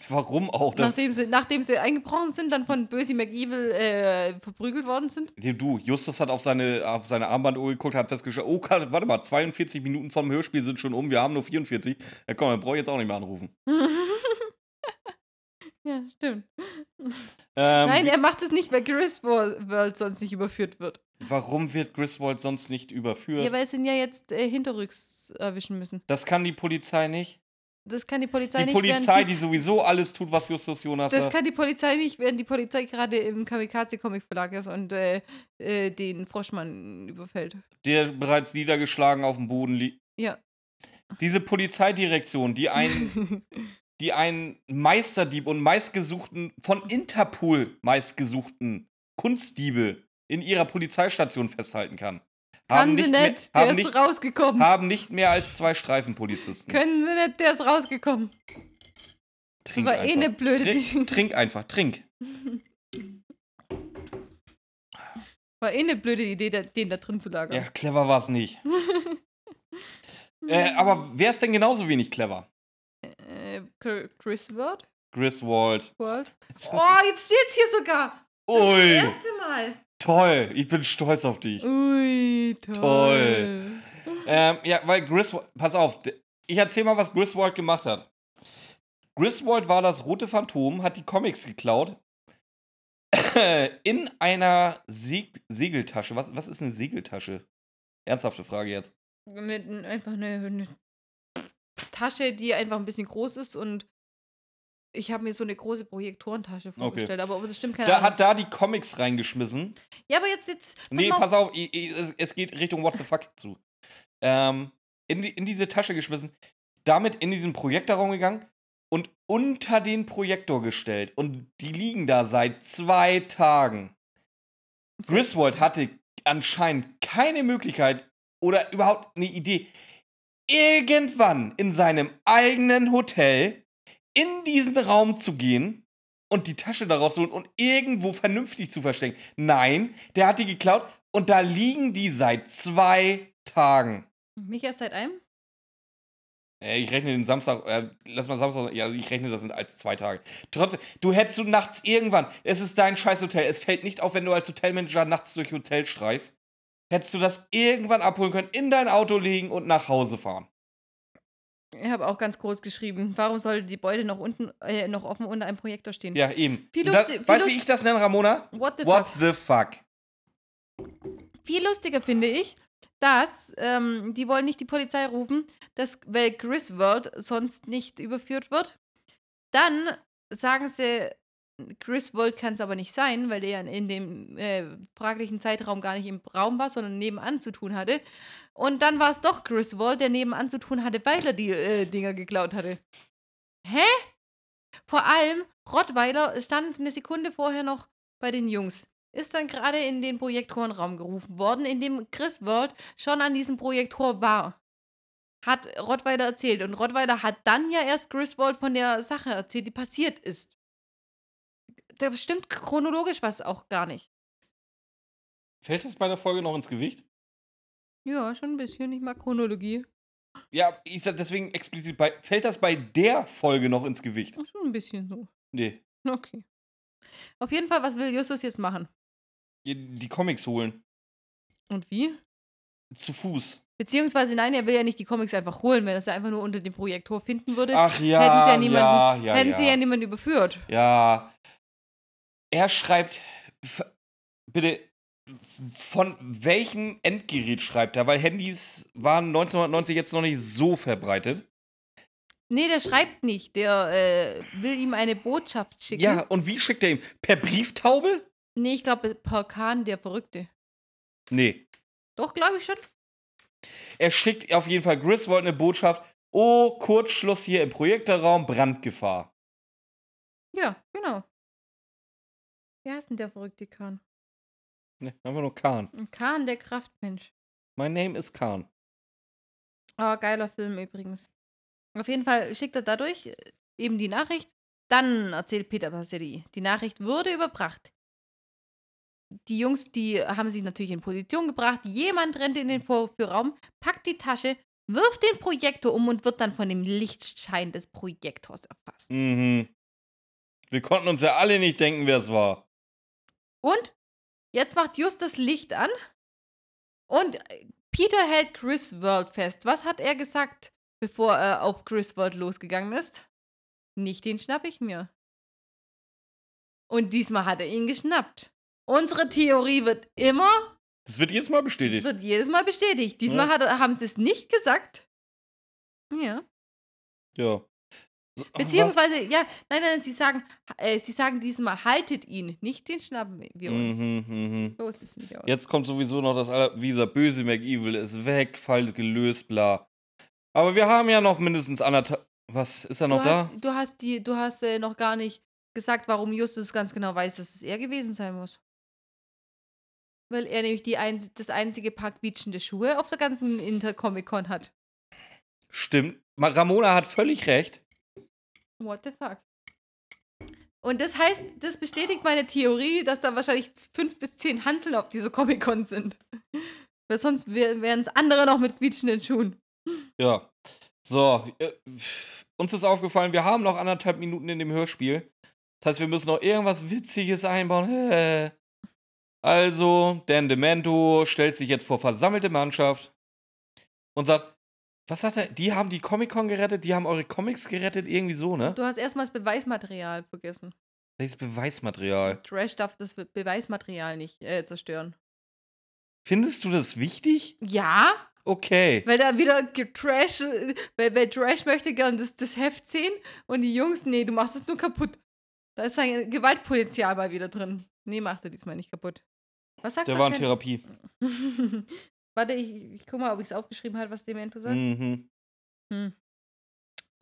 Speaker 1: Warum auch? Das-
Speaker 2: Nachdem sie, nachdem sie eingebrochen sind, dann von Bösi McEvil äh, verprügelt worden sind.
Speaker 1: Du, Justus hat auf seine, auf seine Armbanduhr geguckt, hat festgestellt, oh, Gott, warte mal, 42 Minuten vom Hörspiel sind schon um, wir haben nur 44. Ja komm, wir brauchen jetzt auch nicht mehr anrufen.
Speaker 2: Ja, stimmt.
Speaker 1: Ähm,
Speaker 2: Nein,
Speaker 1: wie-
Speaker 2: er macht es nicht, weil Chris World sonst nicht überführt wird.
Speaker 1: warum wird Griswold sonst nicht überführt?
Speaker 2: Ja, weil sie ihn ja jetzt äh, hinterrücks erwischen müssen.
Speaker 1: das kann die Polizei nicht.
Speaker 2: Das kann die
Speaker 1: Die
Speaker 2: Polizei nicht während
Speaker 1: Polizei,
Speaker 2: sie-
Speaker 1: die sowieso alles tut, was Justus Jonas
Speaker 2: Das
Speaker 1: sagt.
Speaker 2: kann die Polizei nicht, während die Polizei gerade im Kamikaze-Comic-Verlag ist und äh, äh, den
Speaker 1: [LAUGHS]
Speaker 2: Froschmann überfällt.
Speaker 1: der bereits niedergeschlagen auf dem Boden liegt.
Speaker 2: Ja.
Speaker 1: Diese Polizeidirektion, die
Speaker 2: [LAUGHS]
Speaker 1: einen, die einen Meisterdieb und meistgesuchten, von Interpol meistgesuchten Kunstdiebe in ihrer Polizeistation festhalten kann.
Speaker 2: Kann sie
Speaker 1: mehr-
Speaker 2: nicht, der
Speaker 1: haben,
Speaker 2: ist
Speaker 1: nicht
Speaker 2: rausgekommen.
Speaker 1: haben nicht mehr als zwei Streifenpolizisten.
Speaker 2: Können sie nicht, der ist rausgekommen.
Speaker 1: trink
Speaker 2: war eh
Speaker 1: einfach.
Speaker 2: ne blöde Idee.
Speaker 1: trink, trink einfach, trink.
Speaker 2: [LAUGHS] War eh eine blöde Idee, da- den da drin zu lagern.
Speaker 1: Ja, clever war es
Speaker 2: [LAUGHS]
Speaker 1: nicht. äh, aber wer ist denn genauso wenig clever?
Speaker 2: Äh, Chr- Chris World?
Speaker 1: Griswold.
Speaker 2: World?
Speaker 1: Das
Speaker 2: Oh, jetzt steht's hier sogar.
Speaker 1: Ui,
Speaker 2: Das erste Mal.
Speaker 1: toll. Ich bin stolz auf dich.
Speaker 2: Ui, toll.
Speaker 1: Toll. Ähm, ja, weil Griswold, pass auf, d- ich erzähl mal, was Griswold gemacht hat. Griswold war das rote Phantom, hat die Comics geklaut. [COUGHS] In einer Seg Segeltasche. Was, was ist eine Segeltasche? Ernsthafte Frage jetzt.
Speaker 2: Mit, n- einfach eine, eine Tasche, die einfach ein bisschen groß ist und ich habe mir so eine große Projektorentasche vorgestellt, aber ob das stimmt, keine
Speaker 1: Da
Speaker 2: Ahnung.
Speaker 1: hat da die Comics reingeschmissen.
Speaker 2: ja, aber jetzt, jetzt. pass
Speaker 1: Nee,
Speaker 2: mal auf.
Speaker 1: pass auf, i- i- es, es geht Richtung What the fuck zu. Ähm, in, die, in diese Tasche geschmissen, damit in diesen Projektorraum gegangen und unter den Projektor gestellt. Und die liegen da seit zwei Tagen. Griswold hatte anscheinend keine Möglichkeit oder überhaupt eine Idee, irgendwann in seinem eigenen Hotel in diesen Raum zu gehen und die Tasche daraus holen und irgendwo vernünftig zu verstecken. Nein, der hat die geklaut und da liegen die seit zwei Tagen.
Speaker 2: Nicht erst seit einem?
Speaker 1: Äh, Ich rechne den Samstag, äh, lass mal Samstag, ja, ich rechne das als zwei Tage. Trotzdem, du hättest du nachts irgendwann, es ist dein Scheißhotel, es fällt nicht auf, wenn du als Hotelmanager nachts durch Hotel streichst, hättest du das irgendwann abholen können, in dein Auto legen und nach Hause fahren.
Speaker 2: Ich habe auch ganz groß geschrieben. Warum sollte die Beute noch unten, äh, noch offen unter einem Projektor stehen?
Speaker 1: Ja, eben.
Speaker 2: Wie
Speaker 1: Und das,
Speaker 2: lustig- wie
Speaker 1: weißt du, wie
Speaker 2: lust-
Speaker 1: ich das nenne, Ramona?
Speaker 2: What the
Speaker 1: What
Speaker 2: fuck?
Speaker 1: the fuck?
Speaker 2: Viel lustiger finde ich, dass ähm, die wollen nicht die Polizei rufen, dass, weil Griswold sonst nicht überführt wird. Dann sagen sie, Griswold kann es aber nicht sein, weil der ja in dem äh, fraglichen Zeitraum gar nicht im Raum war, sondern nebenan zu tun hatte. Und dann war es doch Griswold, der nebenan zu tun hatte, weil er die äh, Dinger geklaut hatte. Hä? Vor allem, Rottweiler stand eine Sekunde vorher noch bei den Jungs. Ist dann gerade in den Projektorenraum gerufen worden, in dem Chris World schon an diesem Projektor war. Hat Rottweiler erzählt. Und Rottweiler hat dann ja erst Griswold von der Sache erzählt, die passiert ist. Da stimmt chronologisch was auch gar nicht.
Speaker 1: Fällt das bei der Folge noch ins Gewicht?
Speaker 2: Ja, schon ein bisschen. Ich mag Chronologie.
Speaker 1: Ja, ich sag deswegen explizit, bei, fällt das bei der Folge noch ins Gewicht?
Speaker 2: Schon ein bisschen so.
Speaker 1: Nee.
Speaker 2: Okay. Auf jeden Fall, was will Justus jetzt machen?
Speaker 1: Die, die Comics holen.
Speaker 2: Und wie?
Speaker 1: Zu Fuß.
Speaker 2: Beziehungsweise nein, er will ja nicht die Comics einfach holen, wenn er sie einfach nur unter dem Projektor finden würde.
Speaker 1: Ach ja,
Speaker 2: Äh, hätten sie ja niemanden,
Speaker 1: Ah, ja, ja,
Speaker 2: hätten
Speaker 1: ja.
Speaker 2: sie ja niemanden überführt.
Speaker 1: ja. Er schreibt, f- bitte, von welchem Endgerät schreibt er? Weil Handys waren 1990 jetzt noch nicht so verbreitet.
Speaker 2: Nee, der schreibt nicht. Der äh, will ihm eine Botschaft schicken.
Speaker 1: Ja, und wie schickt er ihm? Per Brieftaube?
Speaker 2: Nee, ich glaube, Parkan, der Verrückte.
Speaker 1: Nee.
Speaker 2: Doch, glaube ich schon.
Speaker 1: Er schickt auf jeden Fall Griswold eine Botschaft. Oh, Kurzschluss hier im Projektorraum, Brandgefahr.
Speaker 2: Ja, genau. Wie heißt denn der verrückte Kahn?
Speaker 1: Ne, einfach nur Kahn.
Speaker 2: Kahn, der Kraftmensch.
Speaker 1: My name is Kahn.
Speaker 2: Oh, geiler Film übrigens. Auf jeden Fall schickt er dadurch äh, eben die Nachricht. Dann erzählt Peter Passery, die Nachricht wurde überbracht. Die Jungs, die haben sich natürlich in Position gebracht. Jemand rennt in den Vorführraum, packt die Tasche, wirft den Projektor um und wird dann von dem Lichtschein des Projektors erfasst.
Speaker 1: Mhm. Wir konnten uns ja alle nicht denken, wer es war.
Speaker 2: Und jetzt macht Just das Licht an und äh, Peter hält Chris World fest. Was hat er gesagt, bevor er auf Chris World losgegangen ist? Nicht den schnapp ich mir. Und diesmal hat er ihn geschnappt. Unsere Theorie wird immer,
Speaker 4: Das wird jedes Mal bestätigt.
Speaker 2: wird jedes Mal bestätigt. Diesmal hat er, haben sie es nicht gesagt. Ja.
Speaker 1: Ja.
Speaker 2: Beziehungsweise, ja, nein, nein, sie sagen, äh, sie sagen diesmal, haltet ihn, nicht den schnappen wir uns.
Speaker 1: Mhm, mhm.
Speaker 2: So sieht es nicht aus.
Speaker 1: Jetzt kommt sowieso noch das aller. Wie gesagt, böse McEvil ist weg, Fall gelöst, bla. Aber wir haben ja noch mindestens anderthalb. Was ist er noch
Speaker 2: du
Speaker 1: da?
Speaker 2: Hast, du hast, die, du hast äh, noch gar nicht gesagt, warum Justus ganz genau weiß, dass es er gewesen sein muss. Weil er nämlich die ein, das einzige Paar quietschende Schuhe auf der ganzen Inter-Comic-Con hat.
Speaker 1: Stimmt. Ma- Ramona hat völlig recht.
Speaker 2: What the fuck? Und das heißt, das bestätigt meine Theorie, dass da wahrscheinlich z- fünf bis zehn Hanseln auf dieser Comic-Con sind. [LAUGHS] Weil sonst wär- wären es andere noch mit quietschenden Schuhen.
Speaker 1: Ja. So. äh, pff, Uns ist aufgefallen, wir haben noch anderthalb Minuten in dem Hörspiel. Das heißt, wir müssen noch irgendwas Witziges einbauen. Äh. Also, Dan Demento stellt sich jetzt vor versammelte Mannschaft und sagt: Was sagt er? Die haben die Comic-Con gerettet, die haben eure Comics gerettet, irgendwie so, ne?
Speaker 2: Du hast erstmal das Beweismaterial vergessen.
Speaker 1: Welches Beweismaterial?
Speaker 2: Trash darf das Be- Beweismaterial nicht äh, zerstören.
Speaker 1: Findest du das wichtig?
Speaker 2: Ja,
Speaker 1: Okay.
Speaker 2: Weil da wieder Trash, weil, weil Trash möchte gern das, das Heft sehen und die Jungs, nee, du machst es nur kaputt. Da ist ein Gewaltpotenzial mal wieder drin. Nee, macht er diesmal nicht kaputt. Was sagt
Speaker 1: Der
Speaker 2: er?
Speaker 1: war in Therapie.
Speaker 2: [LAUGHS] Warte, ich, ich guck mal, ob ich es aufgeschrieben habe, was Demento sagt.
Speaker 1: Mhm.
Speaker 2: Hm.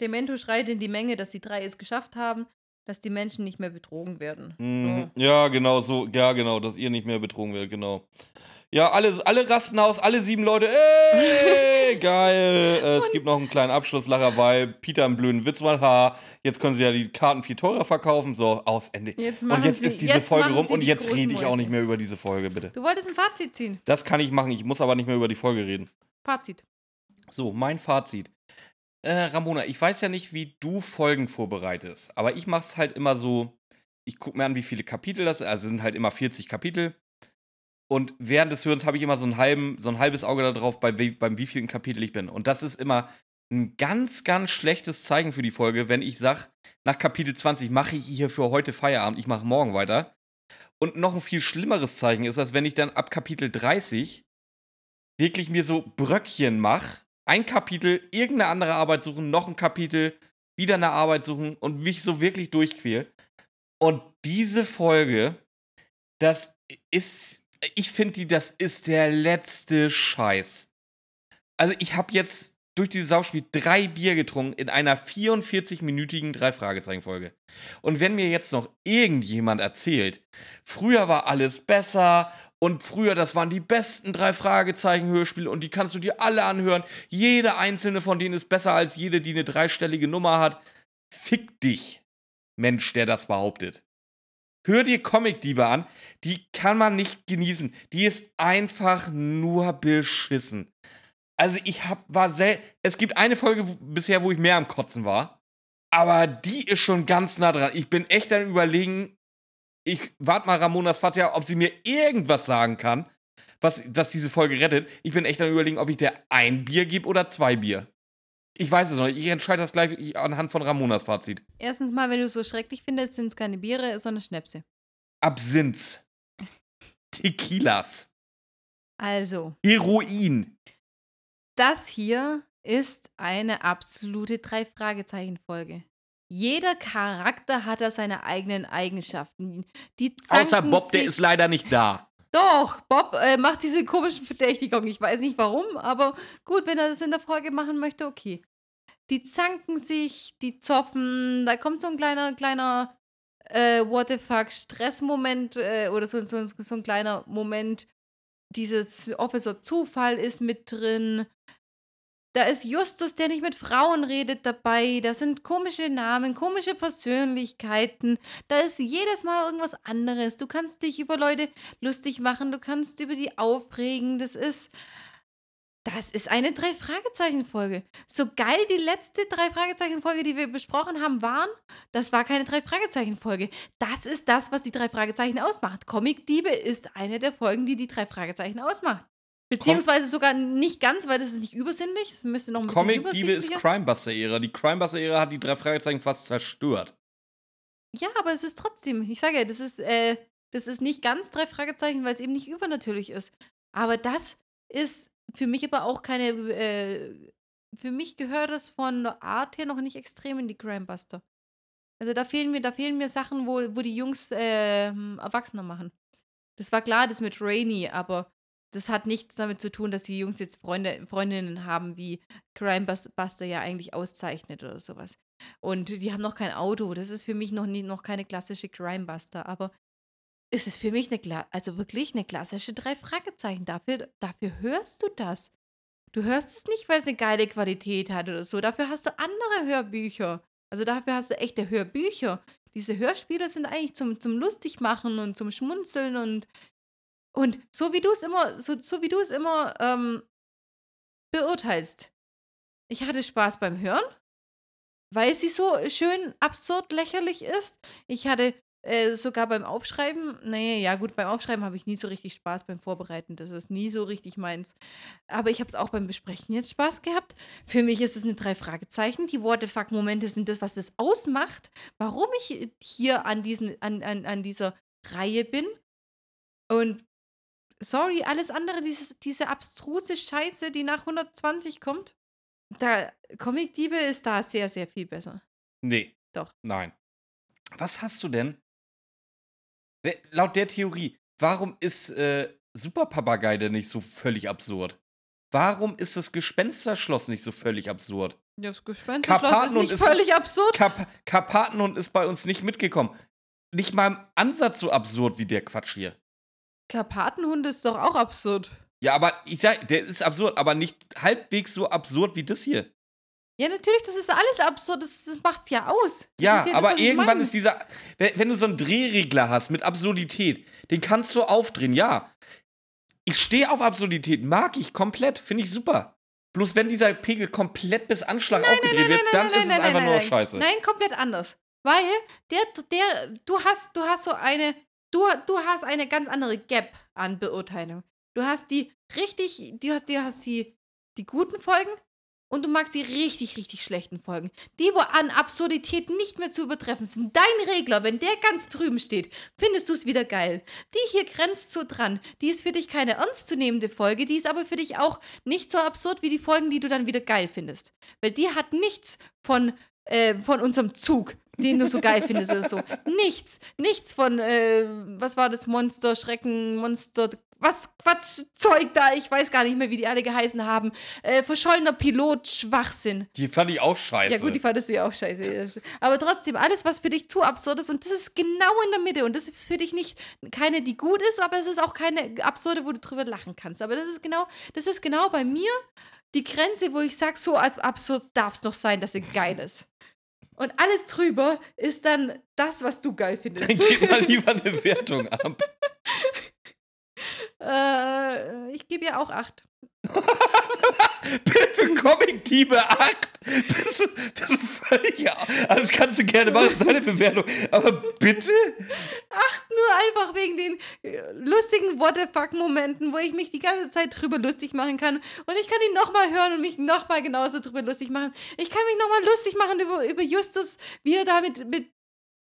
Speaker 2: Demento schreit in die Menge, dass die drei es geschafft haben, dass die Menschen nicht mehr betrogen werden.
Speaker 1: Mhm. Ja, genau, so. Ja, genau, dass ihr nicht mehr betrogen werdet, genau. Ja, alle, alle rasten aus, alle sieben Leute.
Speaker 2: [LAUGHS]
Speaker 1: Ey, geil. Äh, es gibt noch einen kleinen Abschlusslacher, weil Peter einen blöden Witz macht. Ha, jetzt können sie ja die Karten viel teurer verkaufen. So, aus, Ende.
Speaker 2: Jetzt machen
Speaker 1: Und jetzt
Speaker 2: sie-
Speaker 1: ist diese
Speaker 2: jetzt
Speaker 1: Folge
Speaker 2: machen
Speaker 1: rum
Speaker 2: sie
Speaker 1: und
Speaker 2: die
Speaker 1: jetzt
Speaker 2: großen
Speaker 1: rede ich auch
Speaker 2: Mäuse.
Speaker 1: nicht mehr über diese Folge, bitte.
Speaker 2: Du wolltest ein Fazit ziehen.
Speaker 1: Das kann ich machen, ich muss aber nicht mehr über die Folge reden.
Speaker 2: Fazit.
Speaker 1: So, mein Fazit. Äh, Ramona, ich weiß ja nicht, wie du Folgen vorbereitest, aber ich mach's halt immer so, ich guck mir an, wie viele Kapitel das sind, also es sind halt immer 40 Kapitel. Und während des Hörens habe ich immer so, einen halben, so ein halbes Auge darauf, bei, we- beim wievielten Kapitel ich bin. Und das ist immer ein ganz, ganz schlechtes Zeichen für die Folge, wenn ich sag, nach Kapitel 20 mache ich hier für heute Feierabend, ich mache morgen weiter. Und noch ein viel schlimmeres Zeichen ist, dass wenn ich dann ab Kapitel 30 wirklich mir so Bröckchen mache, ein Kapitel, irgendeine andere Arbeit suchen, noch ein Kapitel, wieder eine Arbeit suchen und mich so wirklich durchquäl. Und diese Folge, das ist, ich finde die, das ist der letzte Scheiß. Also ich habe jetzt durch dieses Sauspiel drei Bier getrunken in einer 44-minütigen Drei-Fragezeichen-Folge. Und wenn mir jetzt noch irgendjemand erzählt, früher war alles besser und früher, das waren die besten drei Fragezeichen-Hörspiele und die kannst du dir alle anhören. Jede einzelne von denen ist besser als jede, die eine dreistellige Nummer hat. Fick dich, Mensch, der das behauptet. Hör dir Comic-Diebe an, die kann man nicht genießen. Die ist einfach nur beschissen. Also ich hab, war sel Es gibt eine Folge wo- bisher, wo ich mehr am Kotzen war. Aber die ist schon ganz nah dran. Ich bin echt am überlegen, ich warte mal Ramonas Fazit, ab, ob sie mir irgendwas sagen kann, was, was diese Folge rettet. Ich bin echt am überlegen, ob ich der ein Bier gebe oder zwei Bier. Ich weiß es noch nicht. Ich entscheide das gleich anhand von Ramonas Fazit.
Speaker 2: Erstens mal, wenn du es so schrecklich findest, sind es keine Biere, sondern Schnäpse.
Speaker 1: Absinth. Tequilas.
Speaker 2: Also,
Speaker 1: Heroin.
Speaker 2: Das hier ist eine absolute Drei-Fragezeichen-Folge. Jeder Charakter hat da seine eigenen Eigenschaften. Die zanken
Speaker 1: Außer Bob, der
Speaker 2: sich-
Speaker 1: ist leider nicht da.
Speaker 2: Doch, Bob äh, macht diese komischen Verdächtigungen. Ich weiß nicht warum, aber gut, wenn er das in der Folge machen möchte, okay. Die zanken sich, die zoffen, da kommt so ein kleiner, kleiner äh, What the fuck Stressmoment äh, oder so, so, so ein kleiner Moment. Dieses Officer Zufall ist mit drin. Da ist Justus, der nicht mit Frauen redet, dabei. Da sind komische Namen, komische Persönlichkeiten. Da ist jedes Mal irgendwas anderes. Du kannst dich über Leute lustig machen, du kannst über die aufregen. Das ist. Das ist eine Drei-Fragezeichen-Folge. So geil die letzte Drei-Fragezeichen-Folge, die wir besprochen haben, waren, das war keine Drei-Fragezeichen-Folge. Das ist das, was die Drei-Fragezeichen ausmacht. Comic-Diebe ist eine der Folgen, die die Drei-Fragezeichen ausmacht. Beziehungsweise sogar nicht ganz, weil das ist nicht übersinnlich. Es müsste noch ein bisschen
Speaker 1: Comic-Diebe ist
Speaker 2: übersichtlicher-
Speaker 1: Crimebuster-Ära. Die Crimebuster-Ära hat die drei Fragezeichen fast zerstört.
Speaker 2: Ja, aber es ist trotzdem, ich sage ja, das ist, äh, das ist nicht ganz drei Fragezeichen, weil es eben nicht übernatürlich ist. Aber das ist für mich aber auch keine, äh, für mich gehört das von der Art her noch nicht extrem in die Crimebuster. Also da fehlen mir, da fehlen mir Sachen, wo, wo die Jungs äh, Erwachsener machen. Das war klar, das mit Rainy, aber das hat nichts damit zu tun, dass die Jungs jetzt Freunde, Freundinnen haben, wie Crimebuster ja eigentlich auszeichnet oder sowas. Und die haben noch kein Auto. Das ist für mich noch, nie, noch keine klassische Crimebuster. Aber es ist für mich eine, Kla- also wirklich eine klassische drei Fragezeichen. Dafür, dafür hörst du das. Du hörst es nicht, weil es eine geile Qualität hat oder so. Dafür hast du andere Hörbücher. Also dafür hast du echte Hörbücher. Diese Hörspiele sind eigentlich zum, zum lustig machen und zum Schmunzeln und, und so wie du es immer, so, so wie du es immer ähm, beurteilst. Ich hatte Spaß beim Hören weil sie so schön absurd lächerlich ist. Ich hatte äh, sogar beim Aufschreiben, nee, ja gut, beim Aufschreiben habe ich nie so richtig Spaß beim Vorbereiten. Das ist nie so richtig meins. Aber ich habe es auch beim Besprechen jetzt Spaß gehabt. Für mich ist es eine drei Fragezeichen. Die What the fuck Momente sind das, was das ausmacht. Warum ich hier an, diesen, an, an, an dieser Reihe bin. Und sorry, alles andere, dieses, diese abstruse Scheiße, die nach 120 kommt. Da, Comic-Diebe ist da sehr, sehr viel besser.
Speaker 1: Nee.
Speaker 2: Doch.
Speaker 1: Nein. Was hast du denn? Wer- Laut der Theorie, warum ist äh, Super Papagei denn nicht so völlig absurd? Warum ist das Gespensterschloss nicht so völlig absurd? Karpaten
Speaker 2: Das Gespensterschloss ist
Speaker 1: und
Speaker 2: nicht
Speaker 1: ist-
Speaker 2: völlig absurd.
Speaker 1: Kap Karpatenhund ist bei uns nicht mitgekommen. Nicht mal im Ansatz so absurd wie der Quatsch hier.
Speaker 2: Karpatenhund ist doch auch absurd.
Speaker 1: Ja, aber ich sag, der ist absurd, aber nicht halbwegs so absurd wie das hier.
Speaker 2: Ja, natürlich, das ist alles absurd. Das, das macht's ja aus. Das
Speaker 1: Ja,
Speaker 2: ist das,
Speaker 1: aber
Speaker 2: was ich
Speaker 1: irgendwann
Speaker 2: meine.
Speaker 1: ist dieser. Wenn, wenn du so einen Drehregler hast mit Absurdität, den kannst du aufdrehen, ja. Ich stehe auf Absurdität, mag ich komplett, finde ich super. Bloß wenn dieser Pegel komplett bis Anschlag aufgedreht wird, dann ist es einfach nur
Speaker 2: nein.
Speaker 1: scheiße.
Speaker 2: Nein, komplett anders. Weil der, der, du hast, du hast so eine, du, du hast eine ganz andere Gap an Beurteilung. Du hast die richtig, du hast, du hast die, die guten Folgen und du magst die richtig, richtig schlechten Folgen. Die, wo an Absurdität nicht mehr zu übertreffen sind. Dein Regler, wenn der ganz drüben steht, findest du es wieder geil. Die hier grenzt so dran. Die ist für dich keine ernstzunehmende Folge, die ist aber für dich auch nicht so absurd wie die Folgen, die du dann wieder geil findest. Weil die hat nichts von, äh, von unserem Zug, den du so geil findest oder so. Nichts. Nichts von, äh, was war das? Monster, Schrecken, Monster, was Quatschzeug da. Ich weiß gar nicht mehr, wie die alle geheißen haben. Äh, verschollener Pilot, Schwachsinn.
Speaker 1: Die fand ich auch scheiße.
Speaker 2: Ja, gut, die fandest du ja auch scheiße. Das- Aber trotzdem, alles, was für dich zu absurd ist, und das ist genau in der Mitte. Und das ist für dich nicht keine, die gut ist, aber es ist auch keine absurde, wo du drüber lachen kannst. Aber das ist genau, das ist genau bei mir die Grenze, wo ich sage, so als absurd darf es noch sein, dass sie geil ist. Und alles drüber ist dann das, was du geil
Speaker 1: [LAUGHS]
Speaker 2: findest.
Speaker 1: dann gib
Speaker 2: [LAUGHS]
Speaker 1: mal lieber eine Wertung ab. [LAUGHS]
Speaker 2: äh, ich gebe ja auch acht.
Speaker 1: Für Comic-Diebe 8. Das ist, das ist völlig. Also kannst du gerne machen, seine Bewertung. Aber bitte?
Speaker 2: Nur einfach wegen den äh, lustigen What the fuck-Momenten, wo ich mich die ganze Zeit drüber lustig machen kann. Und ich kann ihn nochmal hören und mich nochmal genauso drüber lustig machen. Ich kann mich nochmal lustig machen über, über Justus, wie er da mit, mit.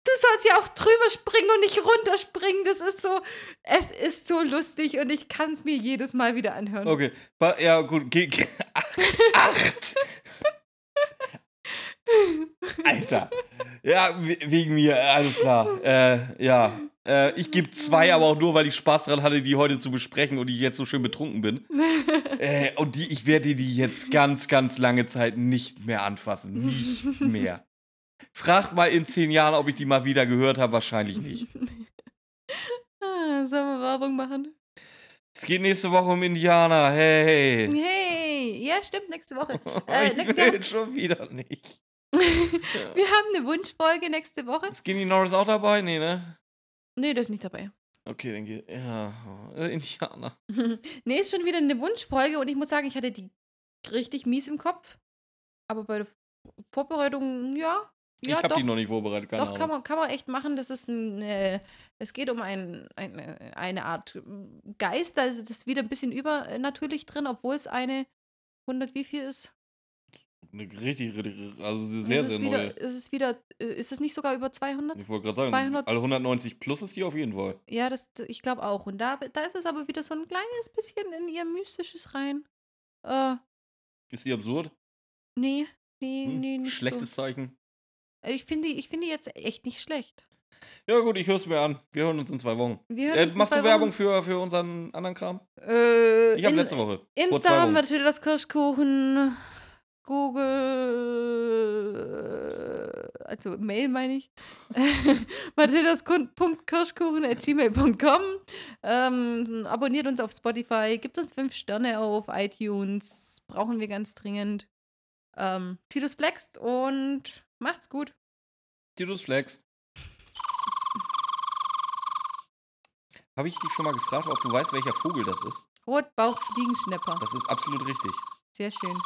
Speaker 2: Du sollst ja auch drüber springen und nicht runterspringen. Das ist so. Es ist so lustig und ich kann es mir jedes Mal wieder anhören.
Speaker 1: Okay, wa- ja gut, ge [LAUGHS] ge acht. Alter. Ja, we- wegen mir, alles klar. Äh, ja, äh, ich gebe zwei, aber auch nur, weil ich Spaß daran hatte, die heute zu besprechen und ich jetzt so schön betrunken bin. Äh, und die, ich werde die jetzt ganz, ganz lange Zeit nicht mehr anfassen. Nicht mehr. Frag mal in zehn Jahren, ob ich die mal wieder gehört habe. Wahrscheinlich nicht.
Speaker 2: Ah, sollen wir Werbung machen?
Speaker 1: Es geht nächste Woche um Indianer. Hey, hey.
Speaker 2: Hey! Yay. Ja, stimmt, nächste Woche. Äh,
Speaker 1: ich
Speaker 2: ne,
Speaker 1: will schon wieder nicht.
Speaker 2: wir haben eine Wunschfolge nächste Woche.
Speaker 1: Skinny Norris auch dabei? Nee, ne?
Speaker 2: Nee, das ist nicht dabei.
Speaker 1: Okay, dann geht. Ja, äh, Indianer.
Speaker 2: Nee, ist schon wieder eine Wunschfolge und ich muss sagen, ich hatte die richtig mies im Kopf. Aber bei der Vorbereitung, ja.
Speaker 1: ich
Speaker 2: Ja,
Speaker 1: habe
Speaker 2: doch.
Speaker 1: die noch nicht genau. vorbereitet, keine
Speaker 2: Doch,
Speaker 1: Ahnung.
Speaker 2: kann man, kann man echt machen. Das ist ein, äh, es geht um ein, ein, äh, eine Art ähm, Geist, da ist das wieder ein bisschen übernatürlich drin, obwohl es eine 100 wie viel ist.
Speaker 1: Eine richtig, richtig, also eine sehr,
Speaker 2: es ist
Speaker 1: sehr
Speaker 2: wieder,
Speaker 1: neue.
Speaker 2: Es ist wieder, äh, ist es nicht sogar über 200?
Speaker 1: Ich wollte gerade sagen,
Speaker 2: 200
Speaker 1: alle 190 plus ist die auf jeden Fall.
Speaker 2: Ja, das, ich glaube auch. Und da, da ist es aber wieder so ein kleines bisschen in ihr Mystisches rein. Äh,
Speaker 1: Ist die absurd?
Speaker 2: nee, nee,
Speaker 1: Hm?
Speaker 2: nee, nicht
Speaker 1: Schlechtes
Speaker 2: So.
Speaker 1: Zeichen.
Speaker 2: Ich finde ich finde die jetzt echt nicht schlecht.
Speaker 1: Ja gut, ich höre es mir an. Wir hören uns in zwei Wochen.
Speaker 2: Wir hören
Speaker 1: Äh,
Speaker 2: uns in
Speaker 1: machst
Speaker 2: zwei
Speaker 1: du Werbung
Speaker 2: Wochen.
Speaker 1: für, für unseren anderen Kram?
Speaker 2: Äh,
Speaker 1: Ich habe
Speaker 2: in-
Speaker 1: letzte Woche. vor
Speaker 2: Insta
Speaker 1: zwei
Speaker 2: haben
Speaker 1: Wochen.
Speaker 2: wir natürlich das Kirschkuchen, Google, äh, also Mail meine ich. [LAUGHS] Mathildas.kirschkuchen at gmail.com. Ähm, abonniert uns auf Spotify, gibt uns fünf Sterne auf iTunes, brauchen wir ganz dringend. Ähm, Titus flext und macht's gut.
Speaker 1: Titus Flex. Habe ich dich schon mal gefragt, ob du weißt, welcher Vogel das ist?
Speaker 2: Rotbauchfliegenschnapper.
Speaker 1: Das ist absolut richtig.
Speaker 2: Sehr schön.